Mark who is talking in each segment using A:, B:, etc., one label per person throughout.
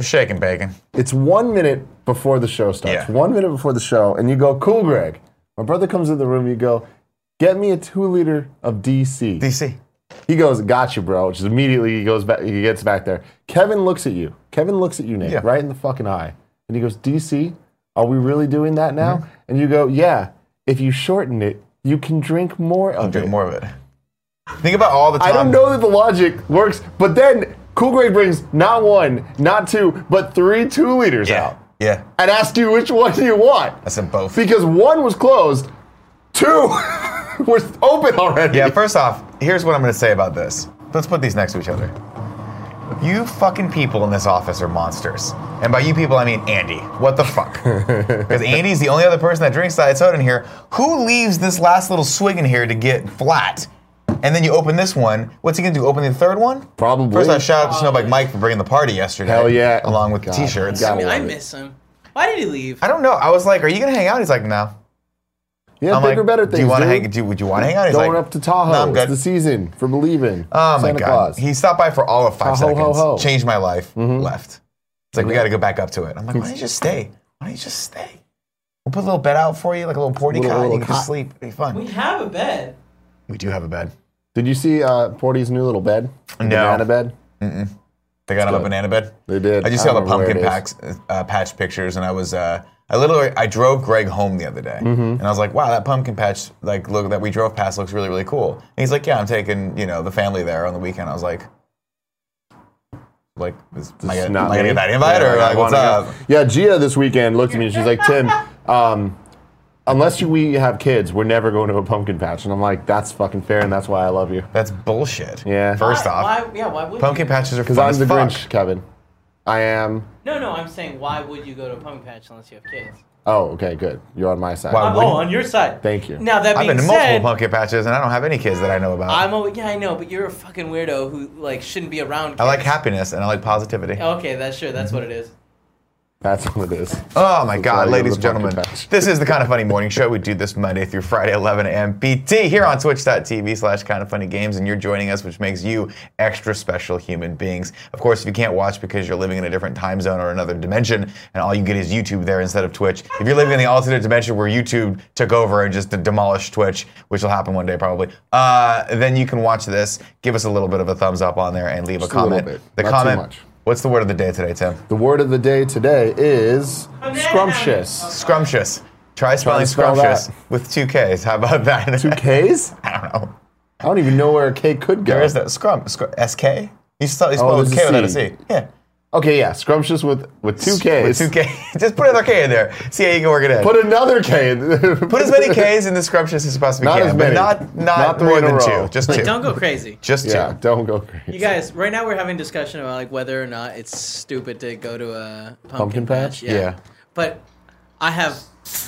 A: shaking bacon.
B: It's one minute before the show starts.
A: Yeah.
B: One minute before the show, and you go, "Cool, Greg." My brother comes in the room. You go, "Get me a two-liter of DC."
A: DC.
B: He goes, "Got you, bro." Which is immediately he goes back. He gets back there. Kevin looks at you. Kevin looks at you, Nate,
A: Yeah.
B: right in the fucking eye, and he goes, "DC, are we really doing that now?"
A: Mm-hmm.
B: And you go, "Yeah. If you shorten it, you can drink more of
A: Drink
B: it."
A: more of it. Think about all the time.
B: I don't know that the logic works, but then Cool Grade brings not one, not two, but three two liters
A: Yeah.
B: out
A: Yeah.
B: and asked you which one you want.
A: I said both.
B: Because one was closed, two was open already.
A: Yeah, first off, here's what I'm going to say about this. Let's put these next to each other. You fucking people in this office are monsters. And by you people, I mean Andy. What the fuck? Because Andy's the only other person that drinks diet soda in here. Who leaves this last little swig in here to get flat? And then you open this one. What's he gonna do? Open the third one?
B: Probably.
A: First, I shout out to Snowbike Mike for bringing the party yesterday.
B: Hell yeah.
A: Along with the
B: God,
A: t-shirts.
B: God.
C: I mean, I
B: love it.
C: miss him. Why did he leave?
A: I don't know. I was like, "Are you gonna hang out?" He's like, "No."
B: You have
A: I'm
B: bigger,
A: like,
B: better
A: Do
B: things.
A: you want to
B: dude.
A: hang? Do, would you want to hang out? He's
B: Going
A: like,
B: up to Tahoe.
A: "No, I'm
B: it's
A: good."
B: the season for believing.
A: Oh my
B: Santa
A: god.
B: Claus.
A: He stopped by for all of five
B: Ho, ho,
A: seconds,
B: ho, Mm-hmm. ho.
A: changed my life, left. It's like we gotta go back up to it. I'm like, why don't you just stay? Why don't you just stay? We'll put a little bed out for you, like a little porty
B: Little-
A: cot.
B: little
A: you can just
B: cot.
A: sleep. It'd be fun.
C: We
A: We,
C: have a bed.
A: do have a bed.
B: Did you see uh, Porty's new little bed? The
A: No.
B: Banana bed?
A: They got him a
B: good.
A: banana bed.
B: They did.
A: I just
B: I
A: saw the
B: don't know where
A: pumpkin
B: it
A: packs, uh, patch pictures, and I was, uh, I literally, I drove Greg home the other day,
B: Mm-hmm.
A: and I was like, wow, that pumpkin patch, like, look that we drove past looks really, really cool. And he's like, yeah, I'm taking, you know, the family there on the weekend. I was like, like, is, am I
B: It's
A: gonna-
B: not
A: am I gonna
B: me.
A: get that invite
B: Yeah,
A: or
B: I
A: like, what's
B: wanna
A: up?
B: go. Yeah, Gia this weekend looked at me and she's like, Tim, um, unless you, we have kids, we're never going to a pumpkin patch. And I'm like, that's fucking fair, and that's why I love you.
A: That's bullshit.
B: Yeah.
A: First
C: why,
A: off,
C: why, yeah, why would
A: pumpkin
C: you?
A: patches are
B: Because
A: fun
B: I'm
A: as
B: the
A: fuck.
B: Grinch, Kevin. I am.
C: No, no, I'm saying why would you go to a pumpkin patch unless you have kids?
B: Oh, okay, good. You're on my side.
A: Wow. I
C: I'm,
A: wouldn't-
C: oh, on your side.
B: Thank you.
C: Now that
A: I've been
C: being
A: to multiple
C: said,
A: pumpkin patches and I don't have any kids that I know about. i
C: I'm always yeah, I know, but you're a fucking weirdo who like shouldn't be around. Kids.
A: like happiness and I like positivity. Oh,
C: Okay, that's sure. That's what it is.
B: That's what it is.
A: Oh, my
B: why I
A: God,
B: go
A: ladies
B: to
A: and
B: the pumpkin
A: gentlemen,
B: patch.
A: this is the Kind of Funny Morning Show. We do this Monday through Friday, 11 a.m. PT here on twitch.tv slash kind of funny games. And you're joining us, which makes you extra special human beings. Of course, if you can't watch because you're living in a different time zone or another dimension and all you get is YouTube there instead of Twitch, if you're living in the alternate dimension where YouTube took over and just demolished Twitch, which will happen one day probably, uh, then you can watch this. Give us a little bit of a thumbs up on there and leave a
B: a little
A: comment.
B: bit.
A: The
B: Not too
A: comment.
B: much.
A: What's the word of the day today, Tim?
B: The word of the day today is
C: Banana.
B: scrumptious.
A: Scrumptious. Try spelling
B: to spell
A: scrumptious
B: that.
A: with two K's. How about that?
B: Two K's?
A: I don't know.
B: I don't even know where a K could go.
A: There is no scrum. Scrum SK? You spell, you spell
B: Oh,
A: with
B: there's
A: K
B: a
A: without a
B: C.
A: C. Yeah.
B: Okay, yeah, scrumptious with, with two
A: With
B: K's.
A: two K. Just put another K in there. See how you can work it in.
B: Put another K in.
A: Put as many K's in the scrumptious as you possibly
B: Not
A: can.
B: as
A: but
B: many.
A: not, not,
B: Not three
A: more
B: in a
A: than
B: row.
A: two. Just two.
C: Like, don't go crazy.
A: Just two.
B: Yeah, don't go crazy.
C: You guys, right now we're having discussion about like whether or not it's stupid to go to a pumpkin,
B: Pumpkin patch?
A: Yeah.
C: But I have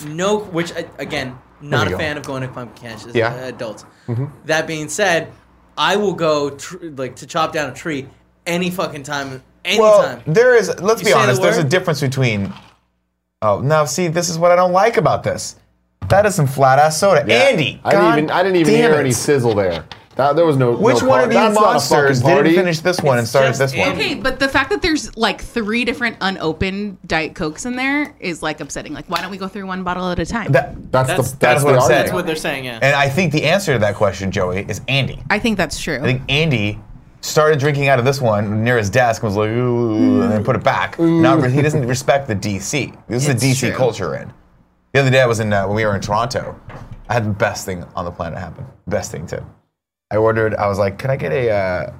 C: no, which I- again, not
A: we
C: a
A: go.
C: fan of going to pumpkin patches.
A: Yeah. Mm-hmm.
C: uh, Adults. That being said, I will go tr- like to chop down a tree any fucking time, anytime.
A: Well, there is. Let's
C: You
A: be
C: say the
A: honest. there's a
C: word?
A: difference between. Oh, now see, this is what I don't like about this. That is some flat ass soda,
B: Yeah.
A: Andy.
B: I didn't
A: God
B: even I didn't even
A: damn
B: hear
A: it.
B: any sizzle there. That, there was no.
A: Which
B: no
A: one
B: par-
A: of you
B: that's not a
A: monsters
B: fucking
A: didn't
B: party.
A: finish this one and
C: It's
A: started
C: just
A: this one?
C: Andy.
D: Okay, but the fact that there's like three different unopened Diet Cokes in there is like upsetting. Like, why don't we go through one bottle at a time?
A: That-
B: That's,
C: That's-
B: the that's,
A: that's
B: the
A: what I'm
B: argument.
C: That's what they're saying. Yeah.
A: and I think the answer to that question, Joey, is Andy.
D: I think that's true.
A: I think Andy started drinking out of this one near his desk and was like, ooh, and then put it back. Not re- he doesn't respect the DC. This is
D: It's
A: the DC
D: true.
A: culture in. The other day I was in uh, when we were in Toronto. I had the best thing on the planet happen. Best thing too. I ordered. I was like, "Can I get a uh,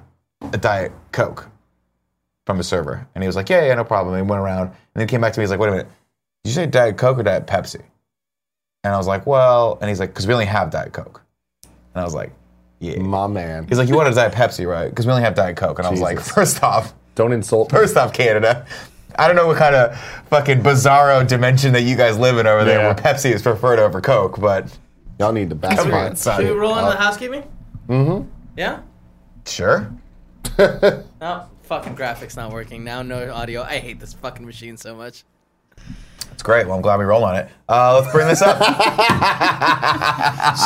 A: a diet coke?" From the server, and he was like, "Yeah, yeah, no problem." And he went around, and then he came back to me. He's like, "Wait a minute, did you say diet coke or diet Pepsi?" And I was like, "Well," and he's like, "Cause we only have diet coke." And I was like, "Yeah."
B: My man,
A: He's like, you wanted a Diet Pepsi, right? Because we only have Diet Coke. And I was like,
B: Jesus.
A: first off,
B: don't insult. me.
A: first off, Canada. I don't know what kind of fucking bizarro dimension that you guys live in over there
B: Yeah.
A: where Pepsi is preferred over Coke, but
B: Y'all need to back
A: come
B: my
A: on, son.
C: Should we roll into
A: Uh,
C: the housekeeping? Mm-hmm. Yeah.
A: Sure.
C: No, fucking graphics not working now. No audio. I hate this fucking machine so much.
A: It's great. Well, I'm glad we rolled on it. Uh, let's bring this up.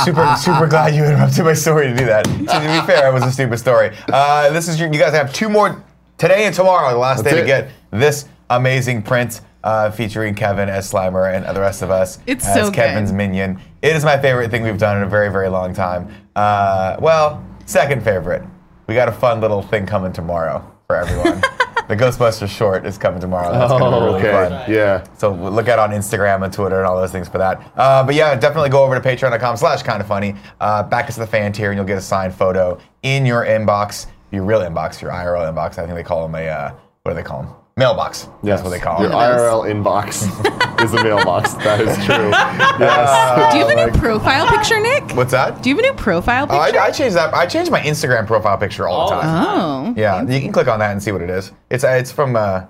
A: super, super glad you interrupted my story to do that. To be fair, it was a stupid story. Uh, this is your, you guys have two more today and tomorrow, the last
B: That's
A: day
B: it.
A: to get this amazing print uh, featuring Kevin as Slimer and the rest of us
D: It's
A: as
D: so good.
A: Kevin's minion. It is my favorite thing we've done in a very, very long time. Uh, well, second favorite. We got a fun little thing coming tomorrow for everyone. the Ghostbusters short is coming tomorrow. That's going to be
B: Oh,
A: really fun.
B: okay. Yeah.
A: So look out on Instagram and Twitter and all those things for that. Uh, but yeah, definitely go over to patreon.com slash kind of funny. Uh, back us the fan tier and you'll get a signed photo in your inbox, your real inbox, your IRL inbox. I think they call them a, uh, what do they call them? Mailbox. That's what they call
B: Your
A: them.
B: IRL inbox is a mailbox. That is true. Yes.
D: Do you have a new profile picture, Nick?
A: What's that?
D: Do you have a new profile
A: uh, Oh, I,
D: picture?
A: I change that. I change my Instagram profile picture all the
C: Oh.
A: time.
D: oh.
A: Yeah, you can click on that and see what it is. It's uh, it's from uh,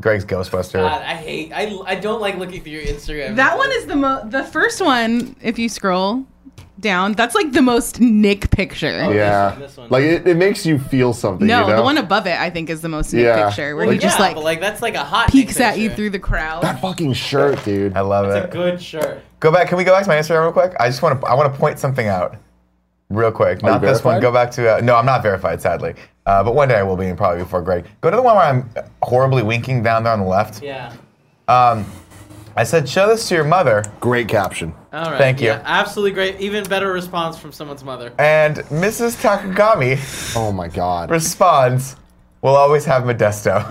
A: Greg's Ghostbuster.
C: God, I hate. I, I don't like looking through your Instagram.
D: That one is the mo- the first one. If you scroll down, that's like the most Nick picture.
A: Oh,
B: Yeah.
C: one, this one.
B: Like it, it makes you feel something.
D: No,
B: you know?
D: the one above it I think is the most Nick
B: Yeah.
D: picture, where
C: Well,
D: he just
C: yeah,
D: like,
C: but, like that's like a hot
D: peeks
C: picture.
D: at you through the crowd.
B: that fucking shirt, dude.
A: I love
C: It's a
A: it.
C: good shirt.
A: Go back. Can we go back to my Instagram real quick? I just want to. I want to point something out, real quick.
B: you
A: Not this one.
B: verified?
A: Go back to. Uh, no, I'm not verified, sadly. Uh, but one day I will be, and probably before Greg. Go to the one where I'm horribly winking down there on the left.
C: Yeah.
A: I said, "Show this to your mother,"
B: Great caption.
C: All right.
A: Thank you.
C: yeah, absolutely great. Even better response from someone's mother.
A: and Mrs. Takagami
B: Oh my god.
A: responds, "We'll always have Modesto."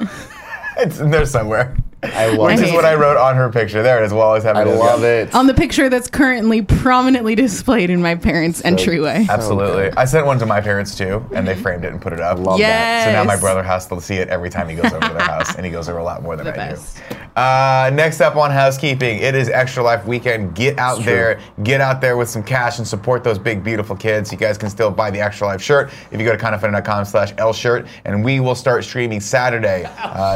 A: it's in there somewhere.
B: I
A: Which
B: love
D: I
A: is
B: it.
D: hate
A: what
D: it.
A: I wrote on her picture. There it is. We'll always have
B: I
A: Modesto.
B: love it.
D: on the picture that's currently prominently displayed in my parents' entryway.
A: Absolutely. I sent one to my parents too, and they framed it and put it up.
B: Love that.
D: Yes.
A: So now my brother has to see it every time he goes over to their house, and he goes over a lot more than
D: The
A: I
D: best.
A: do. Uh, next up on housekeeping, it is Extra Life Weekend. Get out
B: It's
A: there, get out there with some cash and support those big, beautiful kids. You guys can still buy the Extra Life shirt if you go to kindoffunny.com slash L shirt, and we will start streaming Saturday. Uh,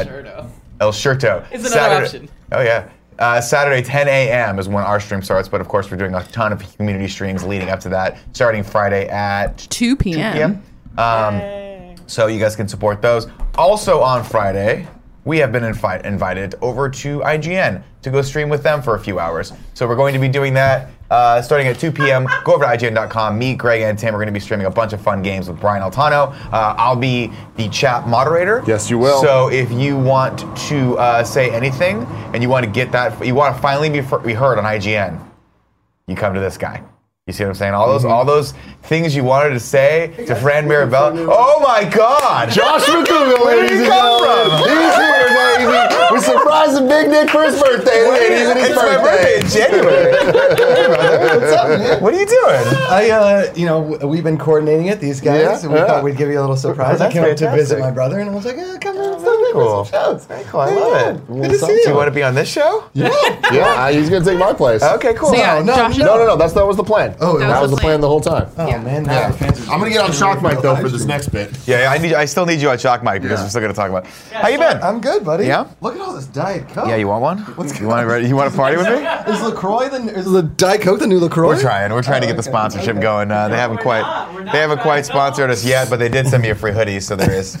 C: Oh, sure, though.
A: El Shirto.
C: It's
A: Saturday-
C: another option.
A: Oh yeah. Uh, Saturday, 10 a.m. is when our stream starts, but of course we're doing a ton of community streams leading up to that, starting Friday at
D: 2 p.m.
A: p.m. Um, so you guys can support those. Also on Friday, we have been invi- invited over to IGN to go stream with them for a few hours. So we're going to be doing that uh, starting at 2 p.m. Go over to IGN.com, meet Greg and Tim. We're going to be streaming a bunch of fun games with Brian Altano. Uh, I'll be the chat moderator.
B: Yes, you will.
A: So if you want to uh, say anything and you want to get that, you want to finally be, fir- be heard on IGN, you come to this guy. You see what I'm saying? All those, all those things you wanted to say to Fran Mirabella. Oh my God!
B: Josh McCougal,
A: Where did
B: ladies
A: he
B: and
A: come
B: gentlemen.
A: from?
B: He's here, baby. We're surprising Big Nick for his birthday, ladies, and his
A: It's my birthday in January.
E: What's up, man?
A: What are you doing?
E: I, uh, you know, w- we've been coordinating it, these guys,
B: Yeah,
E: and we
B: yeah.
E: thought we'd give you a little surprise.
A: That's
E: I came up to
A: fantastic.
E: visit my brother, and I was like, eh, come on, let's
A: very
E: go
A: cool.
E: cool. some shows.
A: Very cool. I
E: There you
A: love
E: go.
A: it.
E: Good to
B: Well,
E: see you.
A: Do you want to be on this show?
B: Yeah, he's gonna take my place.
A: Okay, cool.
D: So yeah,
E: uh, no,
D: Josh.
B: No, no, no. That's that was the plan.
E: Oh,
D: That
B: that,
D: was the
B: was the
D: plan.
B: plan. the whole time.
E: Oh, man, now the fans are-
B: next bit.
A: Yeah, yeah, I need. I still need you on Shock Mike because we're still gonna talk about. How you been?
E: I'm good, buddy.
A: Yeah?
E: Look at all this Diet Coke.
A: yeah, you want one? you want to? You want to party with me?
E: Is LaCroix the, new- is the Diet Coke the new LaCroix?
A: We're trying. We're trying to get the
E: okay.
A: sponsorship going. Uh, they haven't
C: we're
A: quite.
C: not. We're not
A: they haven't quite
C: trying at all.
A: sponsored us yet, but they did send me a free hoodie, so there is.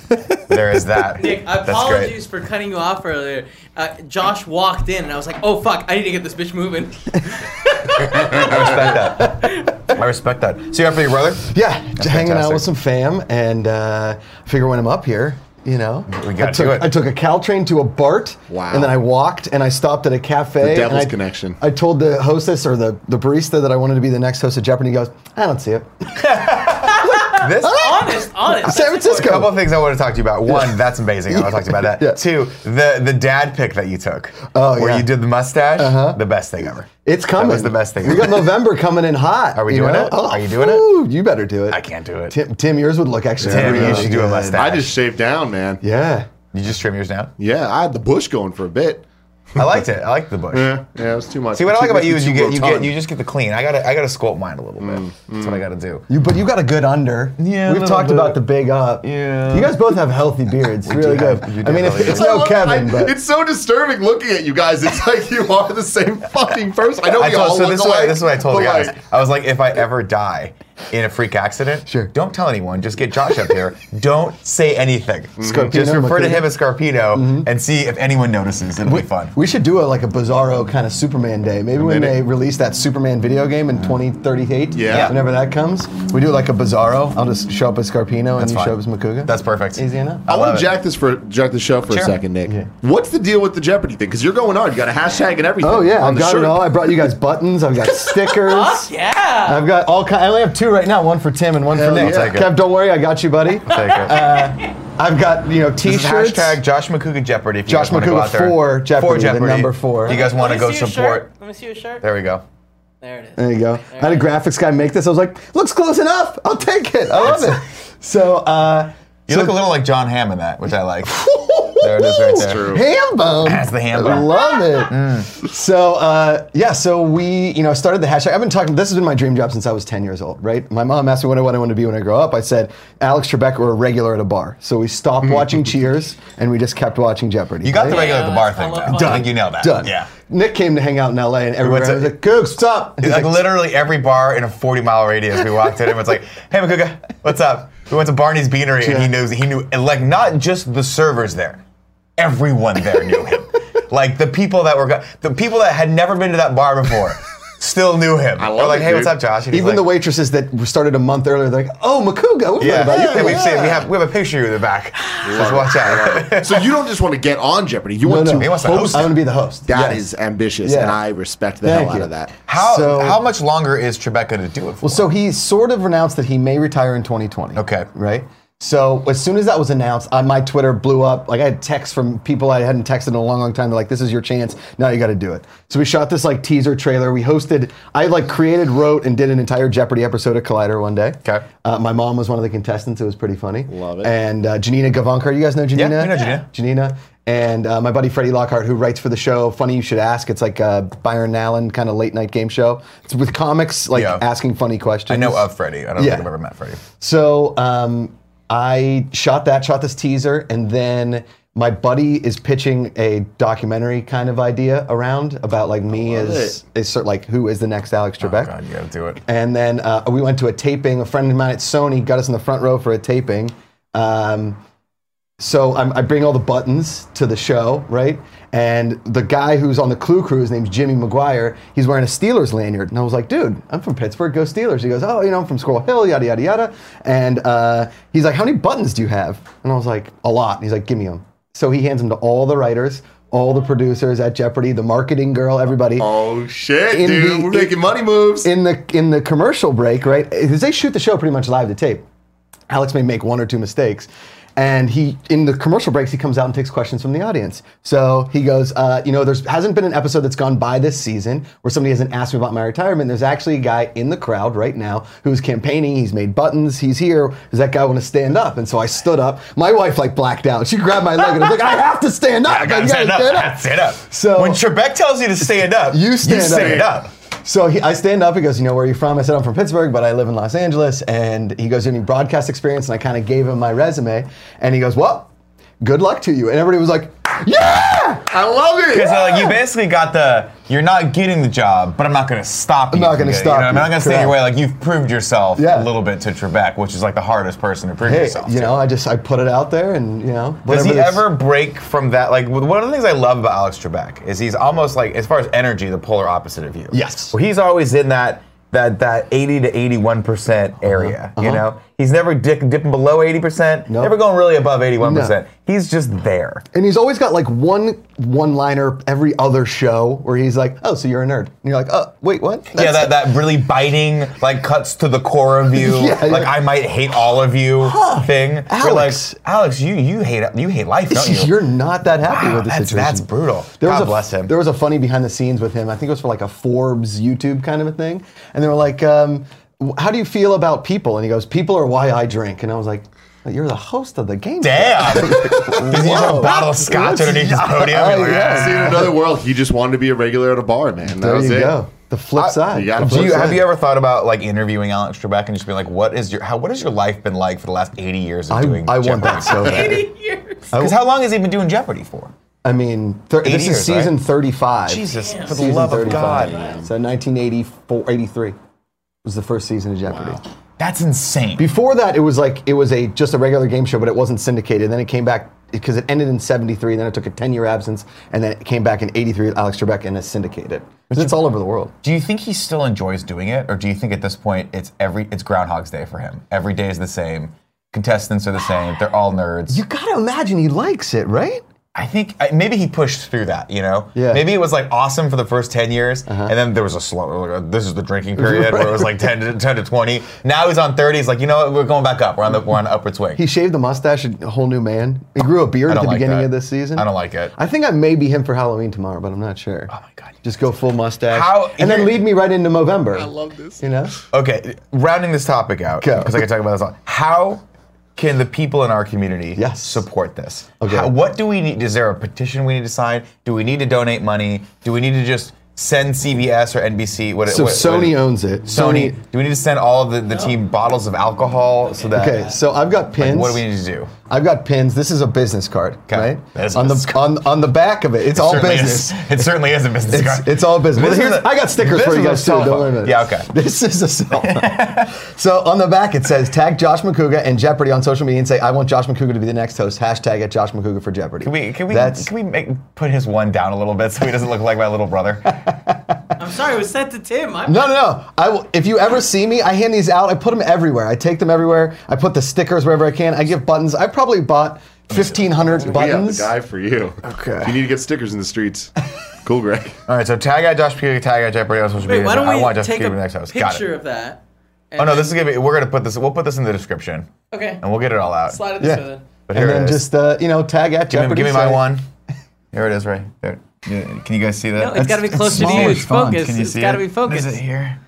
A: there is that.
C: Nick,
A: That's great.
C: apologies for cutting you off earlier. Uh, Josh walked in, and I was like, "Oh fuck, I need to get this bitch moving."
A: I respect that. I respect that. So you after your brother?
E: Yeah, just hanging
A: fantastic.
E: out with some fam, and uh, figure when I'm up here, you know.
A: We gotta
E: I took,
A: do it.
E: I took a Caltrain to a BART,
B: Wow.
E: and then I walked and I stopped at a cafe. and
B: devil's
E: I-
B: connection.
E: I told the hostess or the, the barista that I wanted to be the next host of Jeopardy. He goes, I don't see it.
A: This.
C: honest, honest.
E: San
A: A couple
E: Francisco.
A: of things I want to talk to you about. One, that's amazing. I want to talk to you about that.
E: Yeah.
A: Two, the the dad pick that you took,
E: Oh,
A: where
E: yeah.
A: you did the mustache, uh-huh. the best thing ever.
E: It's coming.
A: That was the best thing.
E: We got November coming in hot.
A: Are we
E: you
A: doing
E: know?
A: it? Are you doing it?
E: it? You better do it.
A: I can't do it.
E: Tim, Tim yours would look actually.
A: Tim, you
E: really
A: should do a
E: good.
A: mustache.
B: I just shaved down, man. Yeah.
E: Yeah.
A: You just trim yours down.
B: I had the bush going for a bit.
A: I liked it. I liked the bush.
B: Yeah, yeah, it was too much.
A: See what I like about you is you get you get you
B: just
A: just get the clean. I gotta I gotta sculpt mine a little bit.
B: Mm,
A: That's what I gotta do.
E: You, but you got a good under.
A: Yeah, a
E: we've
A: little
E: talked
A: bit.
E: about the big up.
A: Yeah.
E: you guys both have healthy beards. really
A: do have-
E: good.
A: you do
E: I mean,
A: have
E: it's,
A: really
E: it's
A: good-
E: no Kevin,
B: I-
E: but
B: it's so disturbing looking at you guys. It's like you are the same fucking person. I know we
A: I told,
B: all
A: so
B: look
A: this is,
B: alike.
A: what, this is what I told
B: but
A: the guys.
B: like,
A: I was like, if I ever die in a freak accident,
E: Sure.
A: don't tell anyone. Just get Josh up here. don't say anything.
E: Scarpino,
A: Just refer to
E: Makuta.
A: him as Scarpino and see if anyone notices. It'll be fun.
E: Mm-hmm. We should do a, like a bizarro kind of Superman day. Maybe when
B: Maybe.
E: they release that Superman video game in 2038,
B: Yeah.
E: whenever that comes, we do like a bizarro. I'll just show up as Scarpino and
A: That's
E: you
A: fine.
E: show up as Makuga.
A: That's perfect.
E: Easy enough.
A: I
B: I want
A: love it.
B: to jack this for jack the show for
A: Sure.
B: a second, Nick.
E: Yeah.
B: What's the deal with the Jeopardy thing? Because you're going on. You got a hashtag and everything.
E: Oh yeah,
B: on
E: I've
B: the
E: got
B: shirt.
E: it all. I brought you guys buttons. I've got stickers.
C: Yeah.
E: I've got all. Ki- I only have two right now. One for Tim and one
B: Hell
E: for Nick.
B: yeah. I'll take it.
E: Kev, uh, don't worry, I got you, buddy.
A: Take it.
E: I've got you know
A: This is
E: t-shirts.
A: hashtag Josh McCouga Jeopardy. If you
E: Josh
A: guys wanna go
E: McCouga
A: out there.
E: for Jeopardy,
A: For
E: the
A: Jeopardy.
E: number four.
A: You guys want
C: Let
A: to
C: me
A: go
C: see your
A: support?
C: shirt. Let me see your shirt.
A: There we go.
C: There it is.
E: There you go. I had a graphics guy make this. I was like, looks close enough. I'll take it. I love it. So, uh,
A: You look a little like John Hamm in that, which I like. there it is right
E: That's
A: there.
B: true.
E: ham bone.
A: That's the Mm. ham
E: I
A: bone.
E: love it. So uh, yeah, so we you know started the hashtag. I've been talking. This has been my dream job since I was 10 years old. Right. My mom asked me what I wanted to be when I grow up. I said Alex Trebek or a regular at a bar. So we stopped watching Cheers and we just kept watching Jeopardy.
A: Mm. You got the
E: right?
A: regular at the bar thing.
C: I love
A: Though. I
C: Done.
A: think you nailed that.
E: Done.
A: Yeah.
E: Nick came to hang out in LA and everywhere.
A: went to-
E: I was like, Googs, what's up? He's
A: Like
E: like,
A: literally every bar in a 40 mile radius, we walked in and it's like, "Hey, McCouga, what's up?" We went to Barney's Beanery, and he knows he knew and like not just the servers there, everyone there knew him. like the people that were go- the people that had never been to that bar before still knew him. I
B: love
A: like,
B: it,
A: "Hey, what's
B: dude.
A: up, Josh?" And he's
E: even
A: like-
E: the waitresses that started a month earlier, they're like, oh, Makuga, we've
A: Yeah,
E: heard about you.
A: yeah, we've seen. We have we have a picture of you in the back. Just watch out.
B: so you don't just want to get on Jeopardy. You want
E: no, no.
B: to
A: He wants
B: host.
A: to host
E: I'm
A: it.
E: going to be the host.
B: That
E: Yes.
B: is ambitious,
E: Yeah.
B: and I respect the
E: Thank
B: hell
E: you.
B: out of that.
A: How
E: So-
A: how much longer is Trebek going to do it for?
E: Well, so he sort of announced that he may retire in 2020.
A: Okay.
E: Right? So as soon as that was announced, I, my Twitter blew up. Like I had texts from people I hadn't texted in a long, long time. They're like, "This is your chance. Now you got to do it." So we shot this like teaser trailer. We hosted. I like created, wrote, and did an entire Jeopardy episode of Collider one day.
A: Okay.
E: Uh, my mom was one of the contestants. It was pretty funny.
B: Love it.
E: And uh, Janina Gavankar. You guys know Janina?
A: we know Janina.
E: Janina. And uh, my buddy Freddie Lockhart, who writes for the show, funny you should ask. It's like a Byron Allen kind of late night game show. It's with comics, like
A: Yeah.
E: asking funny questions.
A: I know uh, of Freddie. I don't
E: Yeah.
A: think I've ever met Freddie.
E: So um, I shot that, shot this teaser, and then my buddy is pitching a documentary kind of idea around about like me as is sort like who is the next Alex Trebek.
A: Oh, God, you got to do it.
E: And then uh, we went to a taping. A friend of mine at Sony got us in the front row for a taping. Um, so I'm, I bring all the buttons to the show, right? And the guy who's on the Clue Crew, his name's Jimmy McGuire. He's wearing a Steelers lanyard, and I was like, "Dude, I'm from Pittsburgh. Go Steelers!" He goes, "Oh, you know, I'm from Squirrel Hill, yada yada yada." And uh, he's like, "How many buttons do you have?" And I was like, "A lot." And he's like, "Give me them." So he hands them to all the writers, all the producers at Jeopardy, the marketing girl, everybody
B: Oh shit,
E: In
B: dude!
E: the-
B: We're making money moves.
E: in the in the commercial break, right? Because they shoot the show pretty much live to tape. Alex may make one or two mistakes, and he in the commercial breaks he comes out and takes questions from the audience. So he goes, uh, you know, there's hasn't been an episode that's gone by this season where somebody hasn't asked me about my retirement. There's actually a guy in the crowd right now who's campaigning. He's made buttons. He's here. Does that guy want to stand up? And so I stood up. My wife like blacked out. She grabbed my leg and I was like, I have to stand up.
A: I
E: Like,
A: gotta
E: you
A: stand up.
E: gotta
A: I gotta stand up.
E: So-
A: when Trebek tells you to stand up,
E: You stand up.
A: up.
E: So he, I stand up. He goes, "You know where you're from?" I said, "I'm from Pittsburgh, but I live in Los Angeles." And he goes, "Any broadcast experience?" And I kind of gave him my resume, and he goes, "Well, good luck to you." And everybody was like, "Yeah,
B: I love it.
A: Because uh, like you basically got the you're not getting the job, but I'm not gonna stop you.
E: not
A: from
E: gonna
A: getting it,
E: stop
A: You know, what I mean? I'm
E: you.
A: not gonna stay in your way.
E: Correct.
A: Like you've proved yourself
E: Yeah.
A: a little bit to Trebek, which is like the hardest person to prove
E: hey,
A: yourself.
E: you
A: to.
E: know, I just I put it out there, and you know,
A: Does
E: whatever
A: he
E: this-
A: ever break from that? Like w- one of the things I love about Alex Trebek is he's almost like, as far as energy, the polar opposite of you.
E: Yes.
A: Well, he's always in that that that 80 to 81 percent
E: Uh-huh.
A: area. You know, he's never dick, dipping below 80 percent.
E: No.
A: Never going really above 81 percent. He's just there.
E: And he's always got like one one liner every other show where he's like, "Oh, so you're a nerd?" And you're like, "Oh, wait, what?"
A: yeah, that, that really biting, like cuts to the core of you.
E: Yeah, yeah.
A: like I might hate all of you thing. You're
E: Alex.
A: like, Alex, you you hate you hate life, don't you?
E: You're not that happy
A: Wow,
E: with the
A: that's,
E: situation.
A: that's brutal.
E: There
A: God
E: was a,
A: bless him.
E: There was a funny behind the scenes with him. I think it was for like a Forbes YouTube kind of a thing. And they were like, um, w- "How do you feel about people?" And he goes, "People are why I drink." And I was like, "You're the host of the game." show."
A: Damn! Does he have a bottle of scotch underneath his podium?
E: Oh,
A: Like,
E: yeah.
A: "Ah."
B: See, in another world, he just wanted to be a regular at a bar, man. That
E: There
B: was
E: you
B: it.
E: go. The flip side.
B: you gotta
E: The
B: flip
A: Do
E: flip
A: you,
E: side.
A: have you ever thought about like interviewing Alex Trebek and just being like, what is your how what has your life been like for the last 80 years of
E: I,
A: doing
E: I want that so bad.
D: years.
A: Because how long has he been doing Jeopardy for?
E: I mean, thir- this
A: years,
E: is season
A: right?
E: 35.
A: Jesus, for the
E: Season
A: love of
E: 35.
A: God.
E: So 1984, 83 was the first season of Jeopardy.
A: That's insane.
E: Before that, it was like it was a just a regular game show, but it wasn't syndicated. And then it came back because it ended in '73. Then it took a 10-year absence, and then it came back in '83 with Alex Trebek and it's syndicated. 'Cause it's all over the world.
A: do you think he still enjoys doing it, or do you think at this point it's every it's Groundhog's Day for him? Every day is the same. Contestants are the same. They're all nerds.
E: You gotta imagine he likes it, right?
A: I think I, maybe he pushed through that, you know?
E: Yeah. Uh-huh.
A: Maybe it was like awesome for the first 10 years, and then there was a slow, like, uh, this is the drinking period where it was like 10 to, 10 to 20. Now he's on 30, he's like, you know what, we're going back up. We're on the, we're on the upward swing.
E: He shaved the mustache, a whole new man. He grew a beard
A: I
E: at
A: don't
E: the
A: like
E: beginning
A: that.
E: of this season.
A: I don't like it.
E: I think I may be him for Halloween tomorrow, but I'm not sure. Oh
A: my God, you
E: Just go full mustache,
A: How-
E: and then
A: here-
E: lead me right into November. I love this. You know,
A: Okay, rounding this topic out,
E: Go.
A: because I can talk about this all. How can the people in our community
E: Yes.
A: support this?
E: Okay.
A: How- what do we need? Is there a petition we need to sign? Do we need to donate money? Do we need to just send CBS or NBC? What,
E: so
A: what-
E: Sony
A: what-
E: owns it.
A: Sony, do we need to send all of the, the team bottles of alcohol so that?
E: Okay, so I've got pins.
A: What do we need to do?
E: I've got pins. This is a business card, right?
A: Business
E: on the on, on the back of it, it's all
A: Certainly
E: business.
A: Is, it certainly is a business
E: It's,
A: card.
E: it's all business.
A: This
E: Well,
A: is
E: here's-
A: a-
E: I got stickers
A: this
E: for you
A: is a
E: guys too.
A: cell
E: Don't
A: phone.
E: worry about it.
A: Yeah, okay.
E: This is a cell phone. so on the back it says tag Josh McCouga and Jeopardy on social media and say I want Josh McCouga to be the next host. Hashtag at Josh McCouga for Jeopardy.
A: Can we can we
E: That's
A: can we make, put his one down a little bit so he doesn't look like my little brother?
C: I'm sorry, it was sent to Tim. I'm
E: No, no, no. I will, if you ever see me, I hand these out. I put them everywhere. I take them everywhere. I put the stickers wherever I can. I give buttons. I probably bought 1,500
B: We have the
E: buttons.
B: guy for you.
E: Okay.
B: You need to get stickers in the streets. cool, Greg.
A: all right, so tag at Josh Puga, tag at Jeopardy on social
C: Wait,
A: media.
C: why
A: I
C: don't
A: want
C: we
A: Josh
C: take
A: Puga to
C: a
A: be the next host. Got
C: picture
A: it.
C: of that?
A: Oh no, this is gonna be. We're gonna put this. We'll put this in the description,
C: Okay.
A: and we'll get it all out.
C: slide it this
E: Yeah.
C: way then.
A: But here
E: and
A: it
E: then
A: is.
E: just, uh, you know, tag at
A: give me,
E: Jeopardy.
A: give me my
E: say-
A: one. Here it is, right there. Yeah, Can you guys see that?
C: No, it's got to be close to
A: small,
C: you.
A: it's
C: It's
A: fun.
C: focused.
A: Can you
C: It's
A: see
C: got to
A: it?
C: be focused.
A: Is it here?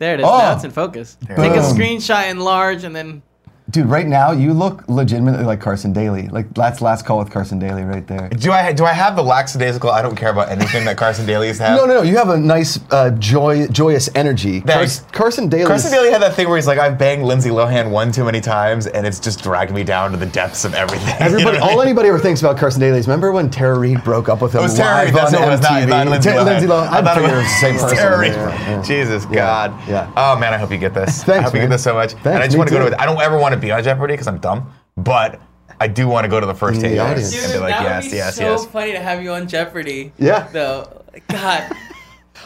C: There it is.
A: Oh.
C: Now it's in focus. Take a
E: Boom.
C: screenshot in large and then.
E: Dude, right now, you look legitimately like Carson Daly. Like, that's last call with Carson Daly right there.
A: Do I do I have the lackadaisical? I don't care about anything that Carson Daly's have.
E: No, no, no. You have a nice, uh, joy, joyous energy.
A: Thanks.
E: Cars- Carson Daly.
A: Carson Daly had that thing where he's like, I've banged Lindsay Lohan one too many times, and it's just dragged me down to the depths of everything. You know
E: Everybody,
A: what I mean?
E: all anybody ever thinks about Carson Daly is remember when Tara Reid broke up with him
A: It was
E: live
A: Terry. That's
E: on
A: what it was. Not,
E: MTV?
A: not Lindsay
E: Ta-
A: Lohan.
E: Lindsay Lohan. I,
A: thought it
E: figured it
A: was-
E: was the same
A: it's
E: person.
A: Terry.
E: Yeah, yeah.
A: Jesus
E: Yeah,
A: God.
E: yeah.
A: Oh man, I hope you get this. I
E: Thanks,
A: hope you
E: man.
A: get this so much. and I
E: Thanks,
A: just
E: me
A: want to go
E: too.
A: to. I don't ever want to be on Jeopardy because I'm dumb, but I do want to go to the first
E: the
A: table and
E: audience.
A: be
E: Dude,
A: like,
C: that
A: yes,
C: would be
A: yes,
C: so
A: yes.
C: funny to have you on Jeopardy.
E: Yeah.
C: Though, God.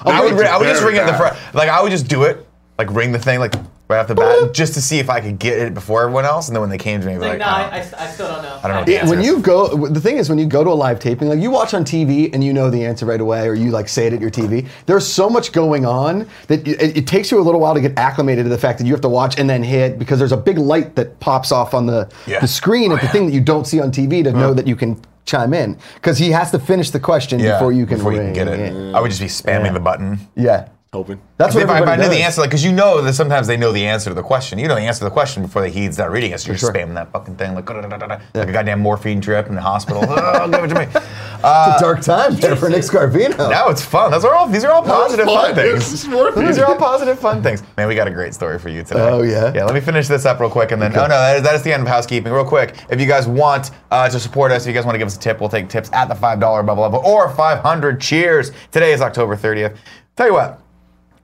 A: I would,
B: Outrageous.
A: ri- I would just
B: Very
A: ring it the
B: bad.
A: front. Like I would just do it, like ring the thing, like right off the
E: Mm.
A: bat, just to see if I could get it before everyone else. And then when they came to me, I'd be
C: like,
A: like, oh.
C: no,
A: I
C: I,
A: don't-
C: I, I still don't know.
A: I don't know.
E: It- when
A: Yes.
E: you go, w- the thing is, when you go to a live taping, like you watch on TV and you know the answer right away, or you like say it at your TV. There's so much going on that y- it, it takes you a little while to get acclimated to the fact that you have to watch and then hit because there's a big light that pops off on the,
A: Yeah. Mm.
E: the screen of the thing that you don't see on TV to know that you can chime in because he has to finish the question before you can
A: before you
E: ring
A: can get it.
E: in.
A: I would just be spamming the button.
E: Yeah,
B: Hoping.
E: that's what
A: if I, if I
E: everybody
A: know the
E: does.
A: answer, like, because you know that sometimes they know the answer to the question. You know the answer to the question before they heeds that reading it. So you're
E: sure.
A: spamming that fucking thing like, like a goddamn morphine drip in the hospital. oh, give it to me.
E: it's a dark time there for Nick Scarvino.
A: Now it's fun. Those are all. These are all positive fun,
B: fun.
A: things.
B: This is morphine.
A: These are all positive fun things. Man, we got a great story for you today.
E: Oh, yeah?
A: Yeah. Let me finish this up real quick, and then oh no, that is, that is the end of housekeeping. Real quick, if you guys want uh, to support us, if you guys want to give us a tip, we'll take tips at the five dollar bubble level or five hundred. Cheers! Today is October thirtieth. Tell you what.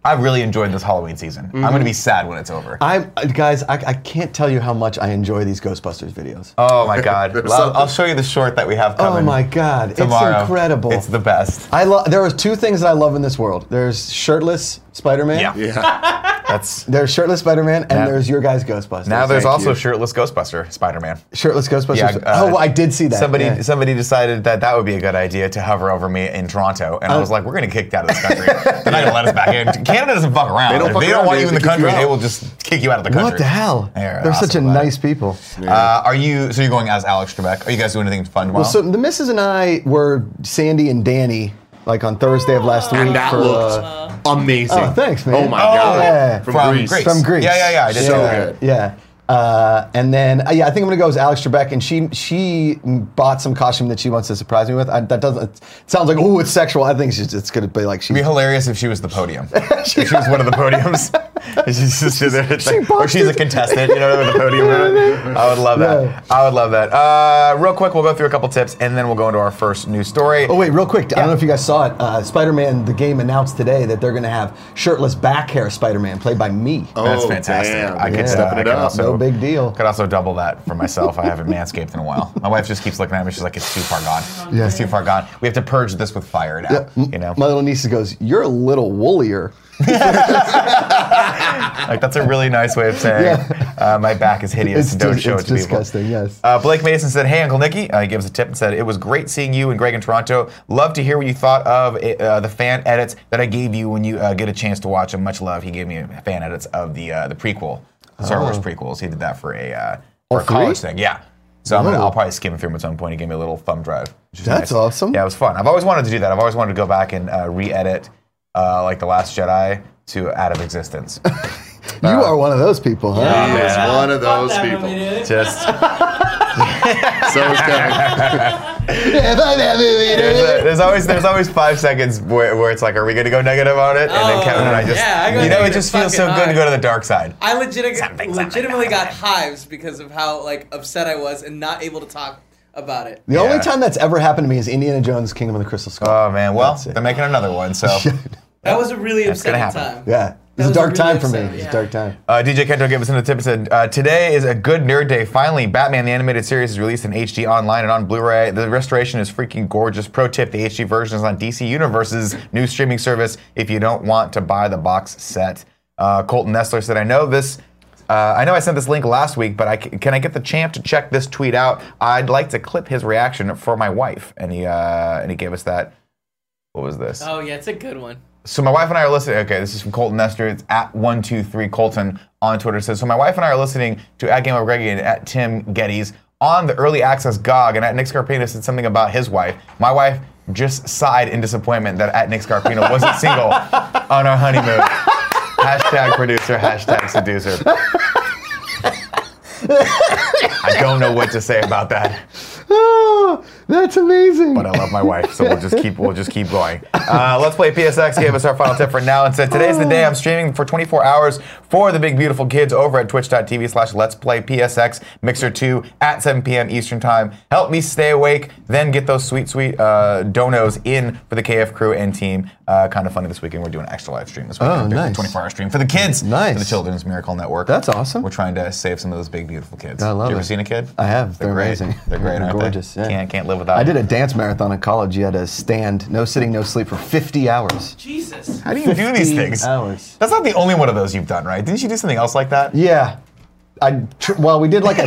A: I've really enjoyed this Halloween season. I'm going to be sad when it's over.
E: I'm uh, guys. Mm-hmm. I, I can't tell you how much I enjoy these Ghostbusters videos.
A: oh my God!
B: There's
A: Well,
B: something.
A: I'll show you the short that we have
E: Oh
A: coming.
E: my God,
A: Tomorrow.
E: it's incredible.
A: It's the best.
E: I love. There are two things that I love in this world. There's shirtless Spider-Man.
A: Yeah.
B: Yeah.
A: That's
E: There's shirtless Spider-Man, and
A: Now-
E: there's your guys Ghostbusters.
A: now. There's
B: Thank
A: also
B: you.
A: shirtless Ghostbuster Spider-Man.
E: shirtless Ghostbusters.
A: Yeah, uh,
E: oh, I did see that.
A: Somebody
E: yeah.
A: somebody decided that that would be a good idea to hover over me in Toronto,
E: Oh.
A: and I was like, "We're getting kicked out of this country. They're not gonna let us back in. Canada doesn't fuck around.
B: They don't
A: if
B: fuck
A: they don't
B: around,
A: want
B: they
A: you in the
B: kick you
A: country,
B: out.
A: they will just kick you out of the country."
E: what the hell?
A: They're
E: They're, such a
A: awesome, lad.
E: nice people.
A: Uh, are you? So you're going as Alex Trebek? Are you guys doing anything fun tomorrow?
E: Well, so the missus and I were Sandy and Danny, like on Thursday of last week.
B: And that
E: for,
B: looked
E: uh,
B: amazing.
E: Oh, thanks, man.
B: Oh my
E: Oh,
B: God.
E: yeah.
B: From,
A: From
B: Greece.
A: Greece.
E: from Greece.
A: Yeah, yeah, yeah, I did
E: so
A: see
B: that.
E: Yeah. Uh, and then uh, yeah, I think I'm gonna go as Alex Trebek, and she she bought some costume that she wants to surprise me with. I, that doesn't it sounds like oh it's sexual. I think she's, it's gonna be like she
A: It'd be hilarious if she was the podium. if she was one of the podiums. she's just sitting there, it's like- or she's a contestant, you know, with the podium. I would love that. I would love that. Uh, real quick, we'll go through a couple tips and then we'll go into our first news story.
E: Oh wait, real quick! I don't know if you guys saw it. Uh, Spider-Man: The Game announced today that they're going to have shirtless back hair Spider-Man played by me. Uh,
A: That's
B: Oh,
A: fantastic.
B: damn.
A: I could,
E: Yeah.
A: step it
B: No
A: up.
E: no big deal.
A: Could also double that for myself. I haven't manscaped in a while. My wife just keeps looking at me. She's like, "It's too far gone.
E: Yeah.
A: It's too far gone. We have to purge this with fire now." You know,
E: My little niece goes, "You're a little woollier."
A: like that's a really nice way of saying uh, my back is hideous.
E: It's,
A: and don't
E: dis-
A: show
E: it's
A: it to people.
E: disgusting. Yes.
A: Uh, Blake Mason said, "Hey, Uncle Nicky." Uh, he gave us a tip and said, "It was great seeing you and Greg in Toronto. Love to hear what you thought of it, uh, the fan edits that I gave you when you uh, get a chance to watch them. Much love." He gave me fan edits of the uh, the prequel, Star Wars prequels. He did that for a uh, for a
E: Oh. three?
A: college thing. Yeah. So I'm gonna,
E: Oh.
A: I'll probably skim through them at some point. He gave me a little thumb drive. which is
E: That's awesome.
A: Yeah, it was fun. I've always wanted to do that. I've always wanted to go back and uh, re-edit uh, like the Last Jedi to out of existence.
E: you are one of those people, huh?
B: He is
A: man.
B: one of those
C: Fuck that
B: people.
C: movie, dude.
A: Just.
B: So is Kevin.
E: Yeah, fuck that movie, dude.
A: There's, a- there's always there's always five seconds where, where it's like, are we going to go negative on it? And then
C: Oh,
A: Kevin and I just,
C: yeah, I go
A: you know, it
C: negative
A: just feels so
C: fucking
A: good to
C: hard.
A: go to the dark side.
C: I
A: Something,
C: legit-
A: something,
C: legitimately got
A: something.
C: hives because of how like upset I was and not able to talk about it.
E: The only
A: Yeah.
E: time that's ever happened to me is Indiana Jones: Kingdom of the Crystal Skull.
A: Oh man, well
E: That's it.
A: they're making another one. So
C: That was a really
A: That's
C: upsetting
A: gonna happen.
C: time.
E: yeah, it's
C: was
E: a
C: a
E: dark
C: really
E: time for me.
C: upsetting-
E: It's a
C: yeah.
E: dark time.
A: uh, DJ Kento gave us another tip and said, uh, today is a good nerd day. Finally, Batman the animated series is released in HD online and on Blu-ray. The restoration is freaking gorgeous. Pro tip: the HD version is on DC Universe's new streaming service. If you don't want to buy the box set, uh, Colton Nestler said, I know this. Uh, I know I sent this link last week, but I c- can I get the champ to check this tweet out? I'd like to clip his reaction for my wife, and he uh, and he gave us that. What was this?
C: Oh yeah, it's a good one.
A: So my wife and I are listening. Okay, this is from Colton Nestor. It's at one two three Colton on Twitter. It says so. My wife and I are listening to at Game of Greggy and at Tim Geddes on the early access GOG, and at Nick Scarpino said something about his wife. My wife just sighed in disappointment that at Nick Scarpino wasn't single on our honeymoon. hashtag producer. Hashtag seducer. I don't know what to say about that
E: Oh, that's amazing.
A: but I love my wife, so we'll just keep we'll just keep going. Uh, let's play PSX. Gave us our final tip for now and said today's the day I'm streaming for 24 hours for the big beautiful kids over at twitch.tv slash let's play PSX Mixer 2 at 7 p.m. Eastern time. Help me stay awake, then get those sweet, sweet uh, donos in for the KF crew and team. Uh, kind of funny this weekend. We're doing an extra live stream this weekend.
E: Oh,
A: There's a
E: nice.
A: 24 hour stream for the kids.
E: Nice.
A: For the Children's Miracle Network.
E: That's awesome.
A: We're trying to save some of those big beautiful kids.
E: I love
A: you ever
E: it.
A: seen a kid?
E: I have. They're,
A: great.
E: amazing.
A: They're great, aren't
E: gorgeous.
A: they?
E: yeah.
A: Can't, can't live without
E: I did
A: them.
E: a dance marathon in college. You had to stand, no sitting, no sleep for 50 hours.
C: Jesus.
A: How do you do these
E: 15
A: things?
E: hours.
A: That's not the only one of those you've done, right? Didn't you do something else like that?
E: Yeah. I tr- well, we did like a